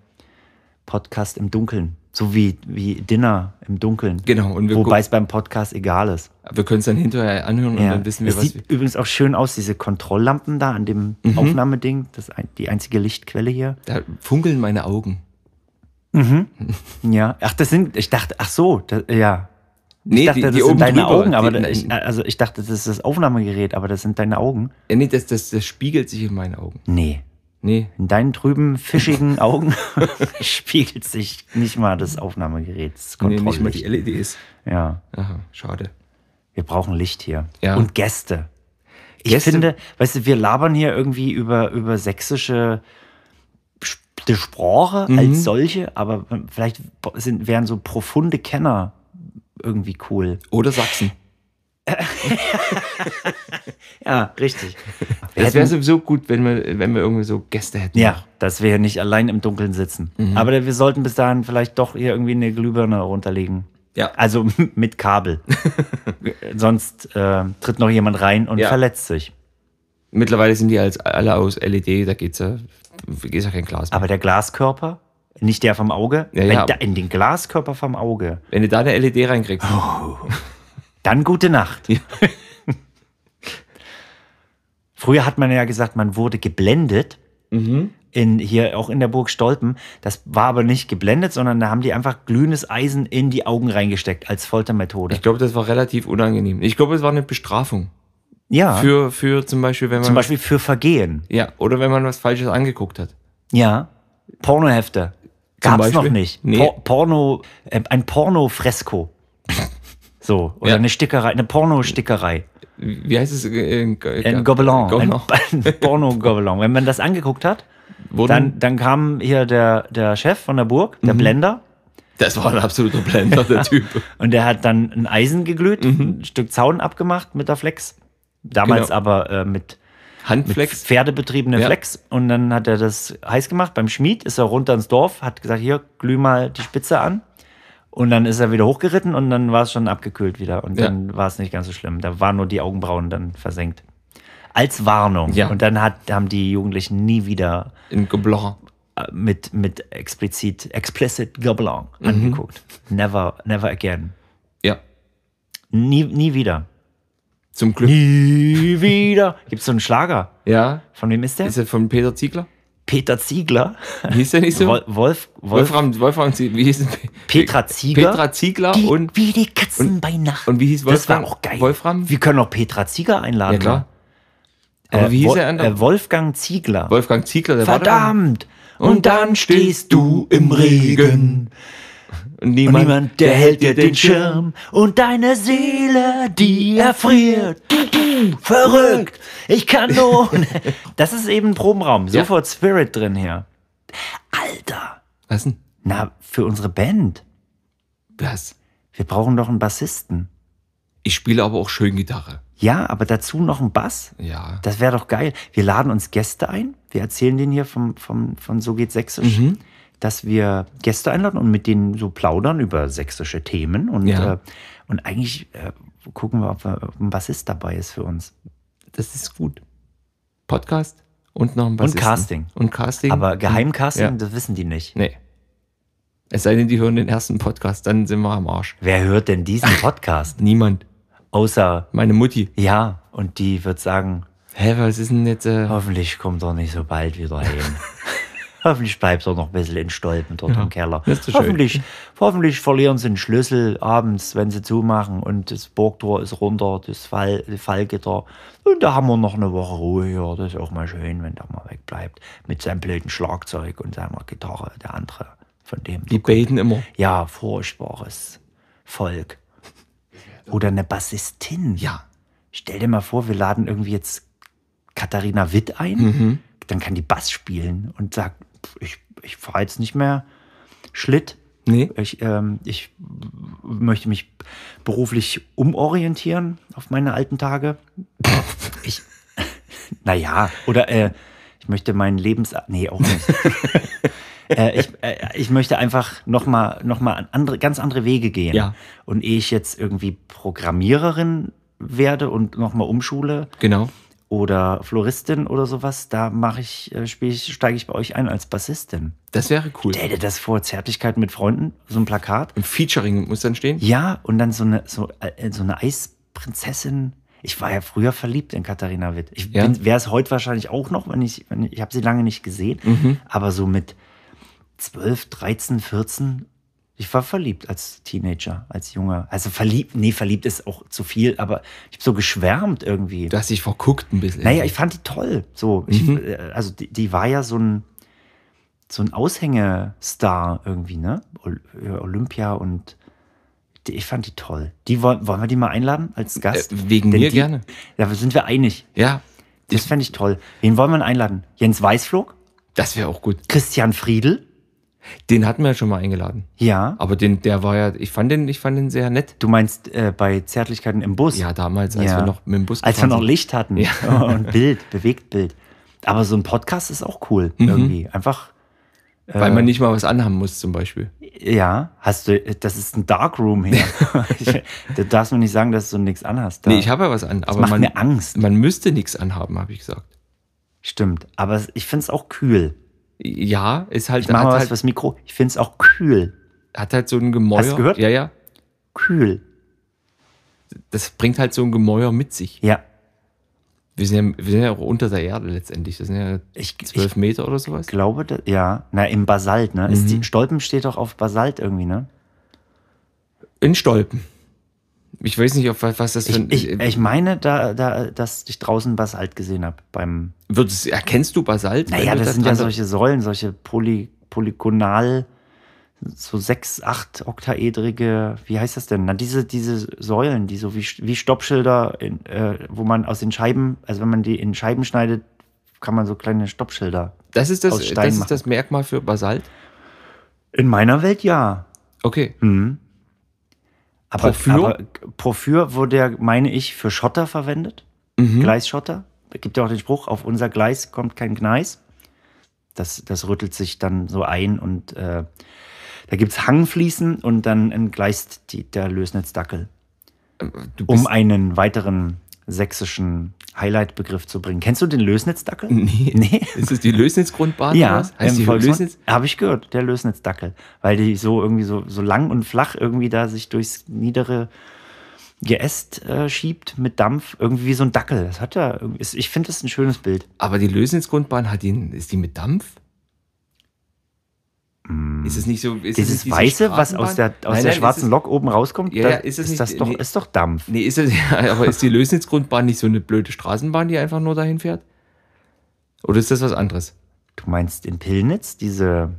Speaker 1: Podcast im Dunkeln. So wie, wie Dinner im Dunkeln.
Speaker 2: genau. Und wir,
Speaker 1: Wobei es beim Podcast egal ist.
Speaker 2: gucken- wir können es dann hinterher anhören und
Speaker 1: Ja.
Speaker 2: dann wissen wir,
Speaker 1: es
Speaker 2: was
Speaker 1: sieht
Speaker 2: wir. Mhm.
Speaker 1: übrigens auch schön aus, diese Kontrolllampen da an dem Aufnahmeding. Das ist ein, die einzige Lichtquelle hier.
Speaker 2: Da funkeln meine Augen.
Speaker 1: Ja. Ach, das sind, ich dachte, ach so, das, ja.
Speaker 2: Nee,
Speaker 1: Ich dachte, das sind deine
Speaker 2: drüber,
Speaker 1: Augen, aber
Speaker 2: die,
Speaker 1: ich, also ich dachte, das ist das Aufnahmegerät, aber das sind deine Augen.
Speaker 2: Ja, nee, das, das, das spiegelt sich in meinen Augen.
Speaker 1: Nee.
Speaker 2: Nee.
Speaker 1: In deinen trüben, fischigen Augen spiegelt sich nicht mal das Aufnahmegerät. Das
Speaker 2: nee nicht mal
Speaker 1: Kontrolllicht.
Speaker 2: die LEDs.
Speaker 1: ja.
Speaker 2: Aha, schade.
Speaker 1: Wir brauchen Licht hier.
Speaker 2: Ja.
Speaker 1: Und Gäste. Ich
Speaker 2: Gäste-
Speaker 1: finde, weißt du, wir labern hier irgendwie über, über sächsische Sp- die Sprache
Speaker 2: Mhm.
Speaker 1: als solche, aber vielleicht sind, wären so profunde Kenner irgendwie cool.
Speaker 2: Oder Sachsen.
Speaker 1: Ja, richtig. Wir
Speaker 2: Das wäre
Speaker 1: hätten-
Speaker 2: sowieso gut, wenn wir, wenn wir irgendwie so Gäste hätten.
Speaker 1: ja, dass wir hier nicht allein im Dunkeln sitzen.
Speaker 2: Mhm.
Speaker 1: Aber wir sollten bis dahin vielleicht doch hier irgendwie eine Glühbirne runterlegen.
Speaker 2: Ja.
Speaker 1: Also mit Kabel. Sonst äh, tritt noch jemand rein und
Speaker 2: Ja.
Speaker 1: verletzt sich.
Speaker 2: Mittlerweile sind die als alle aus LED, da geht's ja, geht's ja kein Glas mehr.
Speaker 1: Aber der Glaskörper, nicht der vom Auge,
Speaker 2: Ja,
Speaker 1: wenn
Speaker 2: ja.
Speaker 1: da, in den Glaskörper vom Auge,
Speaker 2: Wenn du da eine LED reinkriegst,
Speaker 1: Oh. dann gute Nacht.
Speaker 2: Ja.
Speaker 1: Früher hat man ja gesagt, man wurde geblendet.
Speaker 2: Mhm.
Speaker 1: In, hier auch in der Burg Stolpen. Das war aber nicht geblendet, sondern da haben die einfach glühendes Eisen in die Augen reingesteckt als Foltermethode.
Speaker 2: ich glaube, das war relativ unangenehm. Ich glaube, es war eine Bestrafung.
Speaker 1: Ja,
Speaker 2: Für, für zum Beispiel, wenn man.
Speaker 1: zum Beispiel für Vergehen.
Speaker 2: Ja, oder wenn man was Falsches angeguckt hat.
Speaker 1: Ja, Pornohefte. Gab's
Speaker 2: Beispiel?
Speaker 1: noch nicht.
Speaker 2: Nee.
Speaker 1: Por Porno, äh, ein Pornofresko. so, oder
Speaker 2: Ja.
Speaker 1: eine Stickerei, eine Pornostickerei.
Speaker 2: Wie wie heißt es? Äh, Ein
Speaker 1: Ein Gobelin, ein,
Speaker 2: Gobelin.
Speaker 1: ein Porno-Gobelin. Wenn man das angeguckt hat,
Speaker 2: Wurden-
Speaker 1: dann, dann kam hier der, der Chef von der Burg,
Speaker 2: Mhm.
Speaker 1: der Blender,
Speaker 2: Das war ein absoluter Blender, der Typ.
Speaker 1: und der hat dann ein Eisen geglüht, ein Stück Zaun abgemacht mit der Flex. Damals
Speaker 2: Mhm. Genau.
Speaker 1: aber äh, mit
Speaker 2: Handflex.
Speaker 1: pferdebetriebene
Speaker 2: Ja.
Speaker 1: Flex. Und dann hat er das heiß gemacht. Beim Schmied ist er runter ins Dorf, hat gesagt, hier, glüh mal die Spitze an. Und dann ist er wieder hochgeritten und dann war es schon abgekühlt wieder. Und
Speaker 2: Ja.
Speaker 1: dann war es nicht ganz so schlimm. Da waren nur die Augenbrauen dann versenkt. Als Warnung.
Speaker 2: Ja.
Speaker 1: Und dann hat, haben die Jugendlichen nie wieder
Speaker 2: Ein Gobelin.
Speaker 1: äh, mit, mit explizit, explicit Gobelin angeguckt. Never, never again.
Speaker 2: Ja,
Speaker 1: Nie, nie wieder.
Speaker 2: zum Glück.
Speaker 1: Nie wieder. Gibt es so einen Schlager?
Speaker 2: Ja.
Speaker 1: Von wem ist der?
Speaker 2: Ist er von Peter Ziegler?
Speaker 1: Peter Ziegler.
Speaker 2: Hieß der nicht so?
Speaker 1: Wol- Wolf, Wolf,
Speaker 2: Wolfram, Wolfram, Ziegler. wie hieß denn?
Speaker 1: Petra Ziegler.
Speaker 2: Petra Ziegler
Speaker 1: die,
Speaker 2: und,
Speaker 1: wie die Katzen bei Nacht.
Speaker 2: und wie hieß
Speaker 1: das
Speaker 2: Wolfram?
Speaker 1: war auch geil.
Speaker 2: Wolfram?
Speaker 1: Wir können auch Petra Ziegler einladen. ne?
Speaker 2: Ja, klar.
Speaker 1: Äh,
Speaker 2: Aber wie hieß
Speaker 1: Wol-
Speaker 2: er andere?
Speaker 1: Äh, Wolfgang Ziegler.
Speaker 2: Wolfgang Ziegler, der war
Speaker 1: Verdammt! Und dann stehst du im Regen.
Speaker 2: da. Und niemand,
Speaker 1: Und niemand, der hält dir den Schirm. Und deine Seele, die erfriert. Verrückt! Ich kann nur. Das ist eben ein Probenraum.
Speaker 2: Ja.
Speaker 1: Sofort Spirit drin hier. Alter!
Speaker 2: Was denn?
Speaker 1: Na, für unsere Band.
Speaker 2: Was?
Speaker 1: Wir brauchen doch einen Bassisten.
Speaker 2: Ich spiele aber auch schön Gitarre.
Speaker 1: Ja, aber dazu noch ein Bass.
Speaker 2: Ja.
Speaker 1: Das wäre doch geil. Wir laden uns Gäste ein. Wir erzählen denen hier vom, vom, von So geht Sächsisch,
Speaker 2: Mhm.
Speaker 1: dass wir Gäste einladen und mit denen so plaudern über sächsische Themen. Und,
Speaker 2: Ja.
Speaker 1: äh, und eigentlich äh, gucken wir, ob, wir- ob ein Bassist dabei ist für uns.
Speaker 2: Das ist gut. Podcast und noch ein Bassisten.
Speaker 1: Casting.
Speaker 2: Und Casting.
Speaker 1: Aber Geheimcasting,
Speaker 2: Ja.
Speaker 1: das wissen die nicht.
Speaker 2: Nee. Es sei denn, die hören den ersten Podcast, dann sind wir am Arsch.
Speaker 1: Wer hört denn diesen Podcast?
Speaker 2: Niemand.
Speaker 1: Außer,
Speaker 2: Meine Mutti.
Speaker 1: ja, und die wird sagen,
Speaker 2: Hä, was ist denn jetzt? Äh,
Speaker 1: Hoffentlich kommt er nicht so bald wieder hin. hoffentlich bleibt er noch ein bisschen in Stolpen dort im Keller.
Speaker 2: das ist so schön.
Speaker 1: hoffentlich, hoffentlich verlieren sie den Schlüssel abends, wenn sie zumachen und das Burgtor ist runter, das Fall, das Fallgitter. Und da haben wir noch eine Woche Ruhe hier. Das ist auch mal schön, wenn der mal wegbleibt. Mit seinem blöden Schlagzeug und seiner Gitarre, der andere von dem.
Speaker 2: die beten immer.
Speaker 1: Ja, furchtbares Volk. Oder eine Bassistin.
Speaker 2: Ja.
Speaker 1: Stell dir mal vor, wir laden irgendwie jetzt Katharina Witt ein, dann kann die Bass spielen und sagt, pf, ich, ich fahre jetzt nicht mehr Schlitt.
Speaker 2: Nee.
Speaker 1: Ich, ähm, ich möchte mich beruflich umorientieren auf meine alten Tage. ich, naja, oder äh, Ich möchte meinen Lebens... Nee, auch nicht. äh, ich, äh, ich möchte einfach nochmal noch mal an andere, ganz andere Wege gehen.
Speaker 2: Ja.
Speaker 1: Und ehe ich jetzt irgendwie Programmiererin werde und nochmal umschule
Speaker 2: Genau.
Speaker 1: oder Floristin oder sowas, da mache ich, äh, spiel ich, steige ich bei euch ein als Bassistin.
Speaker 2: Das wäre cool.
Speaker 1: Stell dir das vor, Zärtlichkeit mit Freunden, so ein Plakat.
Speaker 2: Im Featuring muss dann stehen.
Speaker 1: Ja, und dann so eine, so, äh, so eine Eisprinzessin. Ich war ja früher verliebt in Katharina Witt. Ich
Speaker 2: Ja.
Speaker 1: wäre es heute wahrscheinlich auch noch, wenn ich, wenn ich, ich habe sie lange nicht gesehen, aber so mit 12, 13, 14, ich war verliebt als Teenager, als Junger. Also verliebt, nee, verliebt ist auch zu viel, aber ich habe so geschwärmt irgendwie.
Speaker 2: Du hast dich verguckt ein bisschen.
Speaker 1: Naja, ich fand die toll. So, ich,
Speaker 2: Mhm.
Speaker 1: äh, also die, die war ja so ein, so ein Aushängestar irgendwie, ne? Ol- äh, Olympia und die, ich fand die toll. Die wollen, wollen wir die mal einladen als Gast?
Speaker 2: Äh, wegen mir
Speaker 1: die,
Speaker 2: gerne.
Speaker 1: Da sind wir einig.
Speaker 2: ja,
Speaker 1: Das fände ich toll. Wen wollen wir denn einladen? Jens Weißflog?
Speaker 2: das wäre auch gut.
Speaker 1: Christian Friedel?
Speaker 2: Den hatten wir ja schon mal eingeladen.
Speaker 1: Ja.
Speaker 2: Aber den, der war ja, ich fand den, ich fand den sehr nett.
Speaker 1: Du meinst äh, bei Zärtlichkeiten im Bus?
Speaker 2: Ja, damals, als
Speaker 1: Ja.
Speaker 2: wir noch mit dem Bus
Speaker 1: Als wir
Speaker 2: gefahren
Speaker 1: noch
Speaker 2: sind.
Speaker 1: Licht hatten und Bild, bewegt Bild. Aber so ein Podcast ist auch cool
Speaker 2: Mhm.
Speaker 1: irgendwie. Einfach
Speaker 2: Weil man nicht mal was anhaben muss, zum Beispiel.
Speaker 1: Äh. Ja, hast du, das ist ein Darkroom hier. ich, da darfst du nicht sagen, dass du nichts anhast. Da.
Speaker 2: Nee, ich habe ja was an, aber
Speaker 1: macht
Speaker 2: man,
Speaker 1: mir Angst.
Speaker 2: man müsste nichts anhaben, habe ich gesagt.
Speaker 1: Stimmt, aber es- ich find's auch kühl.
Speaker 2: Ja, ist halt,
Speaker 1: Ich mach
Speaker 2: hat,
Speaker 1: mal was
Speaker 2: halt
Speaker 1: fürs Mikro. Ich find's auch kühl.
Speaker 2: hat halt so ein Gemäuer.
Speaker 1: Hast du gehört?
Speaker 2: Ja, ja.
Speaker 1: Kühl.
Speaker 2: Das bringt halt so ein Gemäuer mit sich.
Speaker 1: Ja,
Speaker 2: Wir sind ja, wir sind ja auch unter der Erde letztendlich. Das sind ja
Speaker 1: ich, ich
Speaker 2: zwölf Meter oder sowas.
Speaker 1: glaube, da, ja. Na, im Basalt, ne? Ist
Speaker 2: Mhm.
Speaker 1: die, Stolpen steht doch auf Basalt irgendwie, ne?
Speaker 2: In Stolpen. Ich weiß nicht, auf was was das
Speaker 1: Ich,
Speaker 2: für ein. äh,
Speaker 1: ich, ich meine, da, da, dass ich draußen Basalt gesehen hab beim.
Speaker 2: wird es, erkennst du Basalt?
Speaker 1: Naja,
Speaker 2: wenn du
Speaker 1: das also
Speaker 2: da
Speaker 1: sind ja
Speaker 2: dran-
Speaker 1: solche Säulen, solche poly, polygonal, so sechs, acht oktaedrige, wie heißt das denn? Na, diese, diese Säulen, die so wie, wie Stoppschilder, in, äh, wo man aus den Scheiben, also wenn man die in Scheiben schneidet, kann man so kleine Stoppschilder.
Speaker 2: Das ist
Speaker 1: aus
Speaker 2: das,
Speaker 1: Stein
Speaker 2: das,
Speaker 1: machen.
Speaker 2: ist das Merkmal für Basalt.
Speaker 1: In meiner Welt ja.
Speaker 2: Okay.
Speaker 1: Hm, Aber,
Speaker 2: Porphyr?
Speaker 1: aber Porphyr wurde ja, meine ich, für Schotter verwendet. Gleisschotter. Es gibt ja auch den Spruch, auf unser Gleis kommt kein Gneis. Das, das rüttelt sich dann so ein und äh, da gibt es Hangfließen und dann entgleist die, der Lösnitz-Dackel.
Speaker 2: Du bist,
Speaker 1: Um einen weiteren sächsischen Highlight-Begriff zu bringen. Kennst du den Lösnitz-Dackel?
Speaker 2: nee,
Speaker 1: Nee.
Speaker 2: Ist es die Lösnitz-Grundbahn? oder
Speaker 1: Ja, ähm,
Speaker 2: was? heißt die Lösnitz?
Speaker 1: habe ich gehört, der Lösnitz-Dackel. Weil die so irgendwie so, so lang und flach irgendwie da sich durchs niedere Geäst äh, schiebt mit Dampf, irgendwie wie so ein Dackel. Das hat ja, irgendwie- ist- ich finde das ein schönes Bild.
Speaker 2: Aber die Lösnitz-Grundbahn hat ihn, ist die mit Dampf? Ist es nicht so? Ist es
Speaker 1: Dieses
Speaker 2: nicht diese
Speaker 1: Mm. Weiße, was
Speaker 2: Straßenbahn?
Speaker 1: aus der, aus
Speaker 2: Nein,
Speaker 1: der
Speaker 2: nein,
Speaker 1: schwarzen
Speaker 2: ist es-
Speaker 1: Lok oben rauskommt,
Speaker 2: Ja,
Speaker 1: da
Speaker 2: ja, ist es nicht-
Speaker 1: das doch,
Speaker 2: nee.
Speaker 1: ist doch Dampf.
Speaker 2: Nee, ist es, ja, aber ist die Lösnitz-Grundbahn nicht so eine blöde Straßenbahn, die einfach nur dahin fährt? Oder ist das was anderes?
Speaker 1: Du meinst in Pillnitz diese,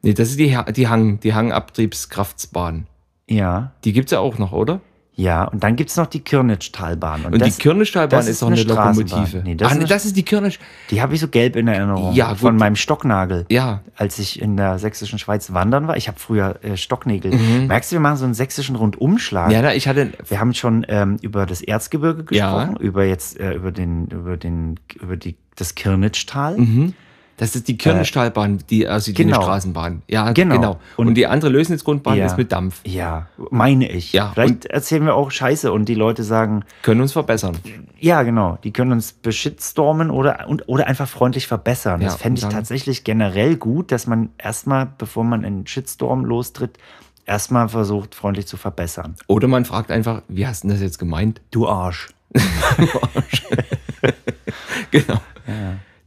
Speaker 2: Nee, das ist die, Ha- die Hang, die Hangabtriebskraftsbahn.
Speaker 1: ja,
Speaker 2: Die gibt's ja auch noch, oder?
Speaker 1: ja. Und dann gibt es noch die Kirnitz-Talbahn.
Speaker 2: Und
Speaker 1: das-
Speaker 2: die Kirnischtalbahn
Speaker 1: das
Speaker 2: ist doch eine,
Speaker 1: Straßenbahn.
Speaker 2: Lokomotive.
Speaker 1: Nee, das,
Speaker 2: Ach,
Speaker 1: ist
Speaker 2: nee,
Speaker 1: eine,
Speaker 2: das ist die Kirnisch.
Speaker 1: die habe ich so gelb in Erinnerung.
Speaker 2: Ja,
Speaker 1: von
Speaker 2: gut.
Speaker 1: meinem Stocknagel.
Speaker 2: Ja,
Speaker 1: als ich in der sächsischen Schweiz wandern war. Ich habe früher äh, Stocknägel. Merkst du, wir machen so einen sächsischen Rundumschlag.
Speaker 2: Mhm. ja, na, ich hatte.
Speaker 1: Wir haben schon ähm, über das Erzgebirge
Speaker 2: Ja.
Speaker 1: gesprochen, über jetzt äh, über den über den über die das Kirnitztal.
Speaker 2: Mhm. Das ist die Kirnischtalbahn, die also die
Speaker 1: genau.
Speaker 2: Straßenbahn. Ja,
Speaker 1: Genau.
Speaker 2: genau. Und,
Speaker 1: Und-
Speaker 2: die andere Lösnitz-Grundbahn ist mit Dampf.
Speaker 1: Ja, meine ich.
Speaker 2: Ja,
Speaker 1: Vielleicht erzählen wir auch Scheiße und die Leute sagen,
Speaker 2: Können uns verbessern.
Speaker 1: ja, genau, die können uns beschitstormen oder und, oder einfach freundlich verbessern.
Speaker 2: Ja,
Speaker 1: das fände
Speaker 2: und
Speaker 1: ich
Speaker 2: dann-
Speaker 1: tatsächlich generell gut, dass man erstmal, bevor man in Shitstorm lostritt, erstmal versucht, freundlich zu verbessern.
Speaker 2: Oder man fragt einfach, wie hast du das jetzt gemeint?
Speaker 1: Du Arsch.
Speaker 2: Genau.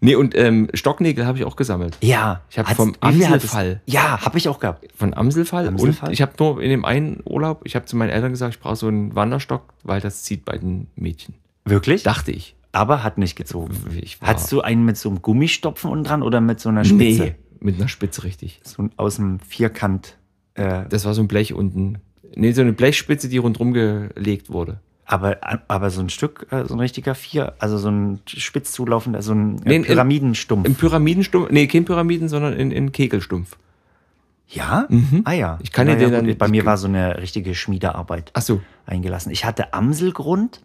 Speaker 2: Nee, und ähm, Stocknägel habe ich auch gesammelt.
Speaker 1: Ja.
Speaker 2: Ich hab
Speaker 1: Hat's-
Speaker 2: vom
Speaker 1: wie viel hattest-
Speaker 2: Amselfall.
Speaker 1: Ja, habe ich auch gehabt.
Speaker 2: Von Amselfall.
Speaker 1: Amselfall?
Speaker 2: Und ich habe nur in dem einen Urlaub, ich habe zu meinen Eltern gesagt, ich brauche so einen Wanderstock, weil das zieht bei den Mädchen.
Speaker 1: Wirklich?
Speaker 2: Dachte ich.
Speaker 1: Aber hat nicht gezogen.
Speaker 2: ich war-
Speaker 1: Hattest du einen mit so einem Gummistopfen unten dran oder mit so einer Spitze?
Speaker 2: Nee, mit einer Spitze richtig.
Speaker 1: So ein- aus dem Vierkant. Äh,
Speaker 2: Das war so ein Blech unten. Nee, so eine Blechspitze, die rundherum gelegt wurde.
Speaker 1: aber, aber so ein Stück, äh, so ein richtiger Vier, also so ein spitz zulaufender, so ein äh,
Speaker 2: Nee, in-
Speaker 1: Pyramidenstumpf.
Speaker 2: Im Pyramidenstumpf, nee, kein Pyramiden, sondern in, in Kegelstumpf.
Speaker 1: ja? Ah ja.
Speaker 2: Mhm. Ich kann dir
Speaker 1: ja,
Speaker 2: den
Speaker 1: gut,
Speaker 2: dann-
Speaker 1: Bei mir war so eine richtige Schmiedearbeit
Speaker 2: Ach so.
Speaker 1: eingelassen. Ich hatte Amselgrund,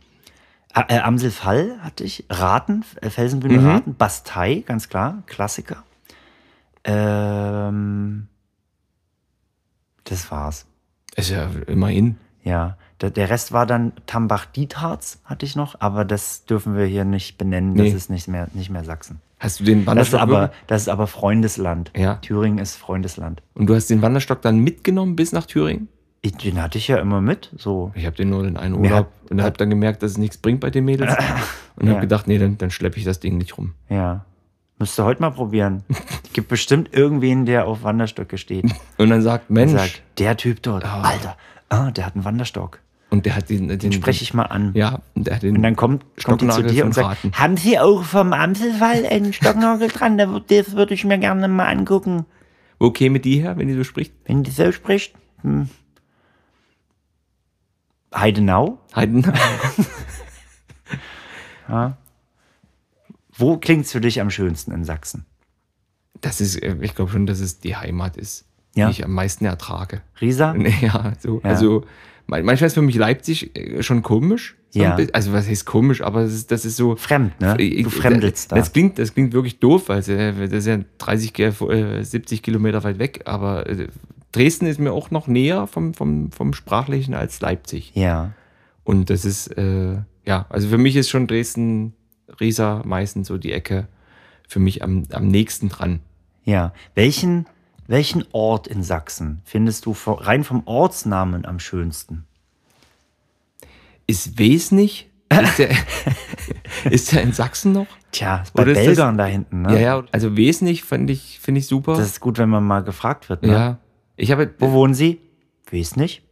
Speaker 1: A- Äh, Amselfall hatte ich, Raten, äh, Felsenbühne
Speaker 2: Mhm.
Speaker 1: Raten, Bastei, ganz klar, Klassiker. Ähm, das war's.
Speaker 2: Ist ja immerhin.
Speaker 1: Ja, der, der Rest war dann Tambach-Dietharz hatte ich noch, aber das dürfen wir hier nicht benennen. Das
Speaker 2: Nee.
Speaker 1: ist nicht mehr, nicht mehr Sachsen.
Speaker 2: Hast du den
Speaker 1: Das ist,
Speaker 2: Wanderstock
Speaker 1: aber,
Speaker 2: wirklich-
Speaker 1: das ist aber Freundesland.
Speaker 2: Ja.
Speaker 1: Thüringen ist Freundesland.
Speaker 2: und du hast den Wanderstock dann mitgenommen bis nach Thüringen?
Speaker 1: Ich, den hatte ich ja immer mit, so.
Speaker 2: Ich habe den nur in einen
Speaker 1: Mir
Speaker 2: Urlaub
Speaker 1: hat-
Speaker 2: und habe dann gemerkt, dass es nichts bringt bei den Mädels und habe
Speaker 1: Ja.
Speaker 2: gedacht, nee, dann, dann schleppe ich das Ding nicht rum.
Speaker 1: Ja. Müsst ihr heute mal probieren. Gibt bestimmt irgendwen, der auf Wanderstöcke steht.
Speaker 2: Und dann sagt Mensch,
Speaker 1: Und sagt, der Typ dort, Alter, ah, der hat einen Wanderstock.
Speaker 2: und der hat den, den,
Speaker 1: Den spreche ich mal an.
Speaker 2: Ja, und der hat den.
Speaker 1: Und dann kommt, kommt die zu
Speaker 2: Stocknagel
Speaker 1: dir
Speaker 2: vom
Speaker 1: und sagt,
Speaker 2: Raten.
Speaker 1: haben Sie auch vom Amselfall einen Stocknagel dran? Da wür- Das würde ich mir gerne mal angucken.
Speaker 2: Wo käme die her, wenn die so spricht?
Speaker 1: Wenn die so spricht. Hm. Heidenau?
Speaker 2: Heiden.
Speaker 1: Wo klingt es für dich am schönsten in Sachsen?
Speaker 2: Das ist, äh, ich glaube schon, dass es die Heimat ist,
Speaker 1: Ja.
Speaker 2: die ich am meisten ertrage.
Speaker 1: Riesa?
Speaker 2: Ja, so,
Speaker 1: Ja.
Speaker 2: also man- manchmal ist für mich Leipzig äh, schon komisch. So
Speaker 1: Ja.
Speaker 2: ein bi- Also was heißt komisch, aber das ist, das ist so.
Speaker 1: Fremd, ne?
Speaker 2: Ich- äh,
Speaker 1: Du fremdelst
Speaker 2: das,
Speaker 1: da.
Speaker 2: Das klingt, das klingt wirklich doof, weil äh, das ist ja 30, Ki- äh, 70 Kilometer weit weg, aber äh, Dresden ist mir auch noch näher vom, vom, vom Sprachlichen als Leipzig.
Speaker 1: Ja.
Speaker 2: Und das ist, äh, ja, also für mich ist schon Dresden, Riesa, meistens so die Ecke für mich am, am nächsten dran.
Speaker 1: Ja. Welchen, welchen Ort in Sachsen findest du vo- rein vom Ortsnamen am schönsten?
Speaker 2: Ist Wes nicht? Ist der, ist der in Sachsen noch?
Speaker 1: Tja, ist bei
Speaker 2: Oder ist das-
Speaker 1: Belgern da hinten, ne?
Speaker 2: Ja, ja, also Wes nicht finde ich, find ich super.
Speaker 1: Das ist gut, wenn man mal gefragt wird, ne?
Speaker 2: ja. Ich habe,
Speaker 1: Wo wohnen Sie? Weiß nicht.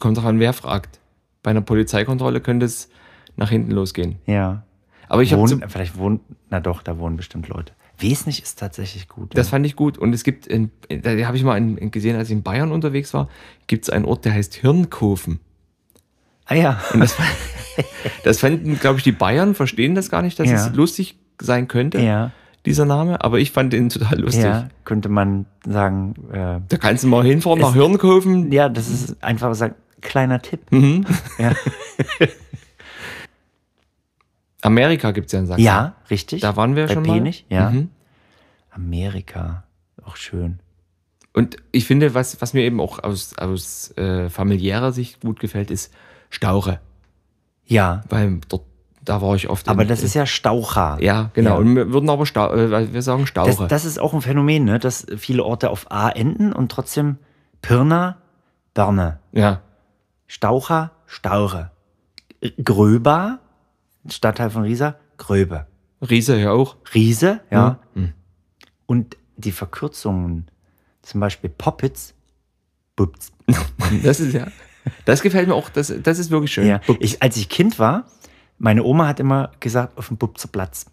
Speaker 2: kommt drauf an, wer fragt. Bei einer Polizeikontrolle könnte es nach hinten losgehen.
Speaker 1: Ja.
Speaker 2: Aber ich habe,
Speaker 1: Wohnen, vielleicht wohnen, na doch, da wohnen bestimmt Leute. Weiß nicht ist tatsächlich gut.
Speaker 2: das
Speaker 1: ja.
Speaker 2: fand ich gut. Und es gibt, in, da habe ich mal in, in gesehen, als ich in Bayern unterwegs war, gibt es einen Ort, der heißt Hirnkofen.
Speaker 1: Ah ja.
Speaker 2: Das fanden, glaube ich, die Bayern verstehen das gar nicht, dass
Speaker 1: Ja.
Speaker 2: es lustig sein könnte,
Speaker 1: ja.
Speaker 2: dieser Name. Aber ich fand den total lustig.
Speaker 1: Ja, könnte man sagen, äh,
Speaker 2: Da kannst du mal hinfahren nach
Speaker 1: Es-
Speaker 2: Hirnkofen.
Speaker 1: ja, das ist einfach so ein kleiner Tipp.
Speaker 2: Hm.
Speaker 1: Ja.
Speaker 2: Amerika gibt es ja in Sachsen.
Speaker 1: ja, richtig.
Speaker 2: Da waren wir
Speaker 1: Bei
Speaker 2: schon mal.
Speaker 1: Penich, ja.
Speaker 2: Mhm.
Speaker 1: Amerika, auch schön.
Speaker 2: Und ich finde, was, was mir eben auch aus, aus äh, familiärer Sicht gut gefällt, ist Staure.
Speaker 1: Ja,
Speaker 2: Weil dort, da war ich oft.
Speaker 1: aber
Speaker 2: in,
Speaker 1: das ist ja Staucher.
Speaker 2: Ja, genau.
Speaker 1: Ja.
Speaker 2: Und wir würden aber Stau, äh, wir sagen Staure.
Speaker 1: Das, das ist auch ein Phänomen, ne? dass viele Orte auf A enden und trotzdem Pirna, Berne.
Speaker 2: ja.
Speaker 1: Staucher, Staure. Gröber, Stadtteil von Riesa, Gröbe.
Speaker 2: Riese ja auch. ne?
Speaker 1: Riese, ja.
Speaker 2: Mhm.
Speaker 1: Und die Verkürzungen, zum Beispiel Poppitz, Bubz.
Speaker 2: Das ist ja. Das gefällt mir auch. Das, das ist wirklich schön.
Speaker 1: Ja. Ich, als ich Kind war, meine Oma hat immer gesagt, auf dem Bubzer Platz,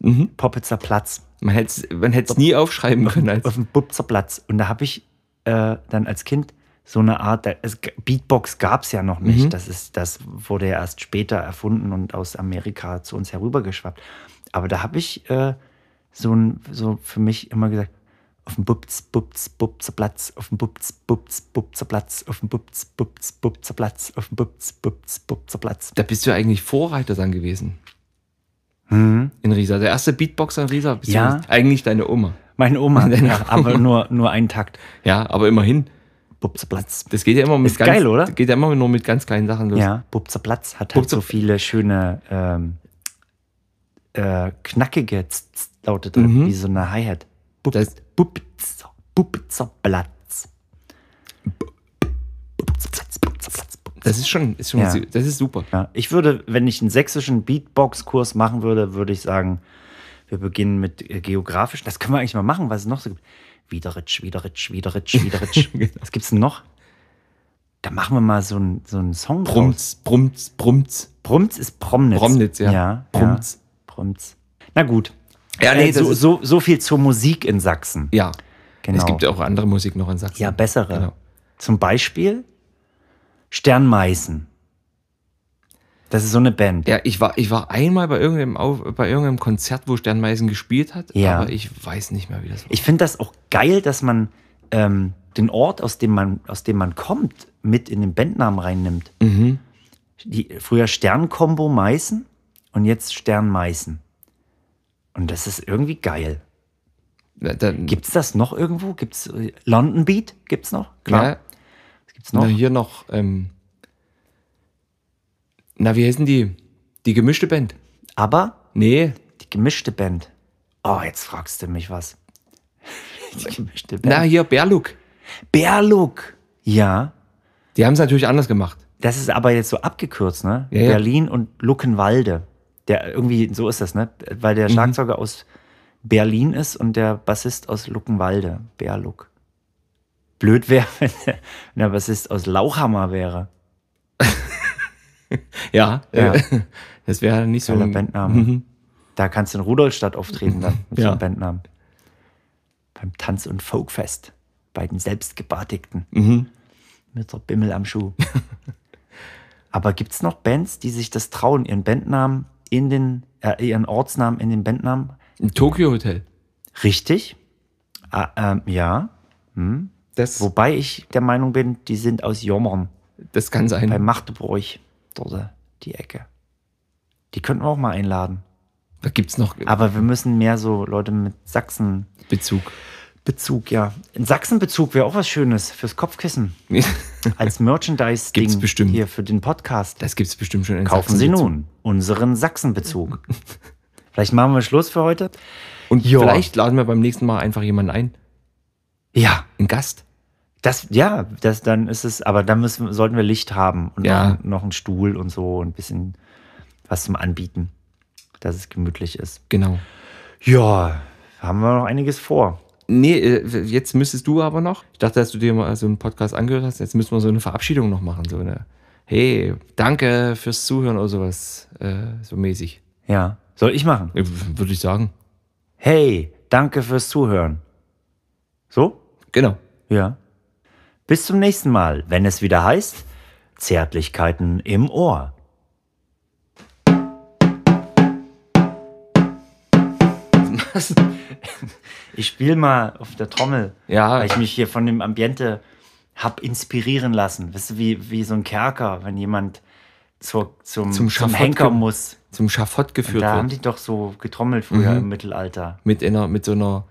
Speaker 2: Mhm.
Speaker 1: Poppitzer Platz,
Speaker 2: Man hätte es man hätt's nie aufschreiben können. Als,
Speaker 1: auf dem Bubzer Platz. Und da habe ich äh, dann als Kind so eine Art, da- es, Beatbox gab es ja noch nicht.
Speaker 2: Mhm.
Speaker 1: Das, ist, das wurde ja erst später erfunden und aus Amerika zu uns herübergeschwappt. Aber da habe ich äh, so, ein, so für mich immer gesagt, auf dem Bubz, Bubz, Bubzer Platz, auf dem Bubz, Bubz, Bubzer Platz, auf dem Bubz, Bubz, Bubzer Platz, auf dem Bubz, Bubz, Bubzer Platz.
Speaker 2: da bist du eigentlich Vorreiter dann gewesen.
Speaker 1: Mhm.
Speaker 2: In Riesa. Der erste Beatboxer in Riesa. bist du
Speaker 1: Ja.
Speaker 2: nicht. Eigentlich deine Oma.
Speaker 1: Meine Oma,
Speaker 2: Deine
Speaker 1: ja, aber nur, nur einen Takt.
Speaker 2: Ja, aber immerhin.
Speaker 1: Bubzerplatz.
Speaker 2: Das geht ja immer mit
Speaker 1: Ist geil, oder?
Speaker 2: Geht ja immer nur mit ganz kleinen Sachen los.
Speaker 1: Ja, Bubzerplatz hat halt
Speaker 2: Bubzer-
Speaker 1: so viele schöne ähm, äh, knackige Z -Z Laute drin,
Speaker 2: Mhm.
Speaker 1: wie so eine Hi-Hat.
Speaker 2: Das-
Speaker 1: Bubz- Bubzer- Bubzerplatz. Bubzerplatz, Bubzerplatz, Bubzerplatz.
Speaker 2: Das ist schon, ist schon
Speaker 1: Ja.
Speaker 2: das ist super.
Speaker 1: Ja, ich würde, wenn ich einen sächsischen Beatbox-Kurs machen würde, würde ich sagen, wir beginnen mit äh, geografischen. Das können wir eigentlich mal machen, was es noch so gibt. Wiederitsch, Wiederitsch, Wiederitsch, Wiederitsch.
Speaker 2: Genau.
Speaker 1: Was gibt's denn noch? Da machen wir mal so einen so einen Song draus.
Speaker 2: Brumms, Brumms, Brumms.
Speaker 1: Promz ist Promnitz.
Speaker 2: Promnitz, ja.
Speaker 1: ja
Speaker 2: Prumms.
Speaker 1: Ja, Promz. Na gut.
Speaker 2: Ja, nee,
Speaker 1: Äh,
Speaker 2: das
Speaker 1: so,
Speaker 2: ist-
Speaker 1: so, so viel zur Musik in Sachsen.
Speaker 2: Ja.
Speaker 1: genau.
Speaker 2: Es gibt ja auch andere Musik noch in Sachsen.
Speaker 1: ja bessere.
Speaker 2: Genau.
Speaker 1: Zum Beispiel Sternmeißen. Das ist so eine Band.
Speaker 2: Ja, ich war, ich war einmal bei irgendeinem, Auf, bei irgendeinem Konzert, wo Sternmeisen gespielt hat,
Speaker 1: Ja.
Speaker 2: aber ich weiß nicht mehr, wie das war.
Speaker 1: Ich finde das auch geil, dass man ähm, den Ort, aus dem man, aus dem man
Speaker 2: Mhm.
Speaker 1: kommt, mit in den Bandnamen reinnimmt. Die, früher Sternkombo Meißen und jetzt Stern Meißen. Und das ist irgendwie geil.
Speaker 2: Na, dann,
Speaker 1: Gibt's das noch irgendwo? Gibt's äh, London Beat? Gibt's noch? Klar.
Speaker 2: na,
Speaker 1: das gibt's noch.
Speaker 2: na, hier noch. Ähm, na, wie heißen die? Die gemischte Band.
Speaker 1: Aber
Speaker 2: Nee,
Speaker 1: die gemischte Band. Oh, jetzt fragst du mich was. Die gemischte
Speaker 2: na,
Speaker 1: Band.
Speaker 2: hier, Berluk.
Speaker 1: Berluk. Ja.
Speaker 2: Die haben es natürlich anders gemacht.
Speaker 1: Das ist aber jetzt so abgekürzt, ne?
Speaker 2: Ja, ja.
Speaker 1: Berlin und Luckenwalde. Der irgendwie, so ist das, ne? Weil
Speaker 2: Mhm.
Speaker 1: der Schlagzeuger aus Berlin ist und der Bassist aus Luckenwalde. Berluck. Blöd wäre, wenn der- wenn der Bassist aus Lauchhammer wäre.
Speaker 2: Ja,
Speaker 1: Ja.
Speaker 2: äh, das wäre nicht so
Speaker 1: Geiler ne?
Speaker 2: ein
Speaker 1: Bandname. Da kannst du in Rudolstadt auftreten dann mit
Speaker 2: mhm. Ja.
Speaker 1: dem Bandnamen. Beim Tanz- und Folkfest. Bei den Selbstgebartigten.
Speaker 2: Mhm.
Speaker 1: Mit der Bimmel am Schuh. Aber gibt es noch Bands, die sich das trauen, ihren Bandnamen in den, äh, ihren Ortsnamen in den Bandnamen?
Speaker 2: ein Tokyo Hotel.
Speaker 1: Richtig. Ah, ähm, ja.
Speaker 2: Das,
Speaker 1: Wobei ich der Meinung bin, die sind aus Jommern.
Speaker 2: das kann
Speaker 1: Bei
Speaker 2: sein.
Speaker 1: Magdeburg. Dort die Ecke. Die könnten wir auch mal einladen.
Speaker 2: Da gibt es noch
Speaker 1: Aber wir müssen mehr so Leute mit Sachsen-Bezug,
Speaker 2: Bezug.
Speaker 1: ja. Ein Sachsen-Bezug wäre auch was Schönes fürs Kopfkissen. Als
Speaker 2: Gibt's
Speaker 1: Merchandise-Ding
Speaker 2: bestimmt.
Speaker 1: hier für den Podcast.
Speaker 2: Das gibt es bestimmt schon in
Speaker 1: Kaufen Sie
Speaker 2: Sachsen-Bezug.
Speaker 1: nun unseren Sachsen-Bezug. Vielleicht machen wir Schluss für heute.
Speaker 2: Und
Speaker 1: Ja.
Speaker 2: vielleicht laden wir beim nächsten Mal einfach jemanden ein.
Speaker 1: Ja,
Speaker 2: Einen Gast.
Speaker 1: das, ja, das, dann ist es, aber dann müssen, sollten wir Licht haben und
Speaker 2: Ja.
Speaker 1: noch, noch einen Stuhl und so und ein bisschen was zum Anbieten, dass es gemütlich ist.
Speaker 2: Genau.
Speaker 1: Ja, haben wir noch einiges vor.
Speaker 2: Nee, äh, jetzt müsstest du aber noch. Ich dachte, dass du dir mal so einen Podcast angehört hast. Jetzt müssen wir so eine Verabschiedung noch machen. So eine, hey, danke fürs Zuhören oder sowas. Äh, so mäßig.
Speaker 1: Ja, soll ich machen?
Speaker 2: Äh, w- Würde ich sagen.
Speaker 1: Hey, danke fürs Zuhören. So?
Speaker 2: Genau.
Speaker 1: Ja. Bis zum nächsten Mal, wenn es wieder heißt Zärtlichkeiten im Ohr. Ich spiele mal auf der Trommel,
Speaker 2: Ja.
Speaker 1: weil ich mich hier von dem Ambiente hab inspirieren lassen. Weißt du, wie, wie so ein Kerker, wenn jemand zur, zum,
Speaker 2: Zum
Speaker 1: zum,
Speaker 2: Schafott
Speaker 1: Henker
Speaker 2: ge-
Speaker 1: muss.
Speaker 2: Zum Schafott geführt
Speaker 1: Da haben
Speaker 2: wird.
Speaker 1: die doch so getrommelt früher
Speaker 2: Mhm.
Speaker 1: im Mittelalter.
Speaker 2: Mit, einer, mit so einer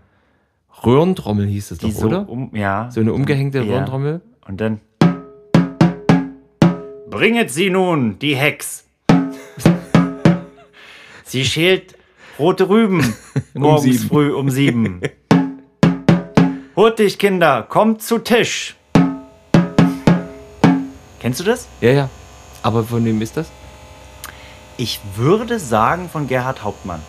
Speaker 2: Röhrentrommel hieß es
Speaker 1: Die
Speaker 2: doch,
Speaker 1: so,
Speaker 2: oder?
Speaker 1: um, ja,
Speaker 2: So eine umgehängte
Speaker 1: Ja.
Speaker 2: Röhrentrommel.
Speaker 1: Und dann. Bringet sie nun, die Hex. sie schält rote Rüben morgens
Speaker 2: sieben.
Speaker 1: früh um sieben. Hurtig, Kinder, kommt zu Tisch. Kennst du das?
Speaker 2: Ja, ja. Aber von wem ist das?
Speaker 1: Ich würde sagen von Gerhard Hauptmann.